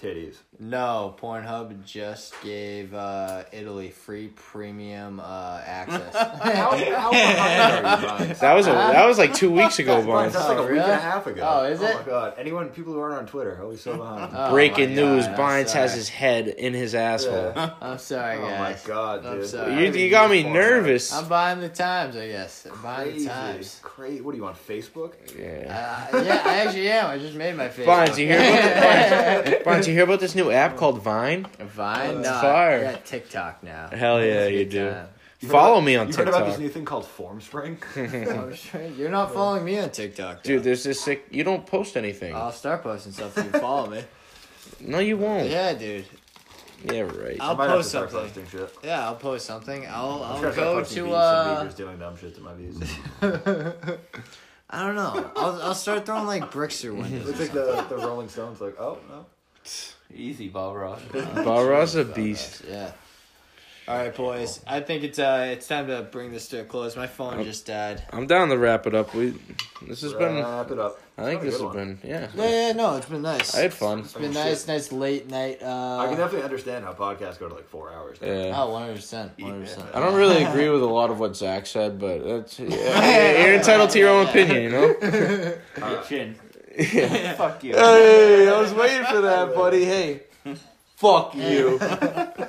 titties. No, Pornhub just gave uh, Italy free premium uh, access. How, how, how are you buying? That was a that was like two weeks ago, Vaughn. That's like a Oh, week and a really? half ago. Oh, is Oh my it? god! Anyone, people who aren't on Twitter, always so behind. Oh Breaking my God, news: I'm Bynes has sorry. his head in his asshole. Yeah. I'm sorry, Oh my guys. god, I'm dude! sorry. You, you got me nervous. I'm buying the times, I guess. I'm buying the Crazy, times. crazy. What do you want? Facebook? Uh, Yeah. yeah, I actually am. I just made my face. Barnes, you hear about the, Barnes, Barnes, you hear about this new app called Vine? Vine? It's No, fire. I got uh, TikTok now. Hell yeah, It's a you good do. time. You heard Follow about- me on you heard about this TikTok, new thing called Formspring? I'm sure- Oh, You're not following me on TikTok, dude. though. There's this sick. You don't post anything. I'll start posting stuff if you follow me. No, you won't. Yeah, Yeah, dude. right. I'll I might have to post start something. posting shit. Yeah, I'll post something. I'll I'm I'll gonna start go posting to beats uh and Beavers doing dumb shit to my views. I don't know. I'll I'll start throwing like bricks through windows. Looks like the, the Rolling Stones. Like, oh no. Easy, Bob Ross. Barra's a beast. Yeah. All right, boys. I think it's uh it's time to bring this to a close. My phone just died. I'm down to wrap it up. We. This has been. Wrap it up. I think It's been a this has good one. been. Yeah. Yeah, yeah, no, it's been nice. I had fun. It's been Oh, shit. nice, nice late night. Uh, I can definitely understand how podcasts go to like four hours. now. Yeah. Oh, 100%. 100%. I don't really agree with a lot of what Zach said, but that's yeah, you're entitled to your own opinion, you know. Your chin. Fuck you. Hey, I was waiting for that, buddy. Hey, fuck you.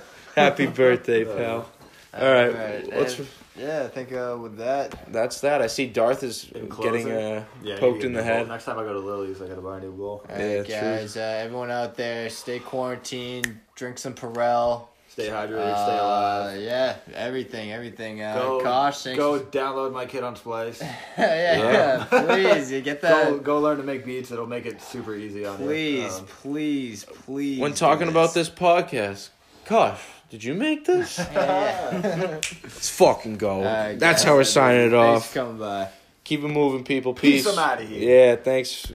Happy birthday, pal. All right, Alright, what's, and- Yeah, I think uh, with that, that's that. I see Darth is getting In closing? uh, Yeah, you poked get in a the new bowl. head. Next time I go to Lily's, I gotta buy a new bowl. all right, Yeah, true. guys, uh, everyone out there, stay quarantined, drink some Perel. Stay hydrated, stay Uh, alive. yeah, everything, everything. Uh, Go, Kosh, thanks. go download my kid on Splice. yeah, yeah, please, you get that. go, go learn to make beats. It'll make it super easy on you. Please, Um, please, please. When do talking about this podcast, gosh, did you make this? Yeah, yeah. Let's fucking go. Alright, that's guys, how we're signing it thanks off. for coming by. Keep it moving, people. Peace, Peace. I'm outta here. Yeah, thanks.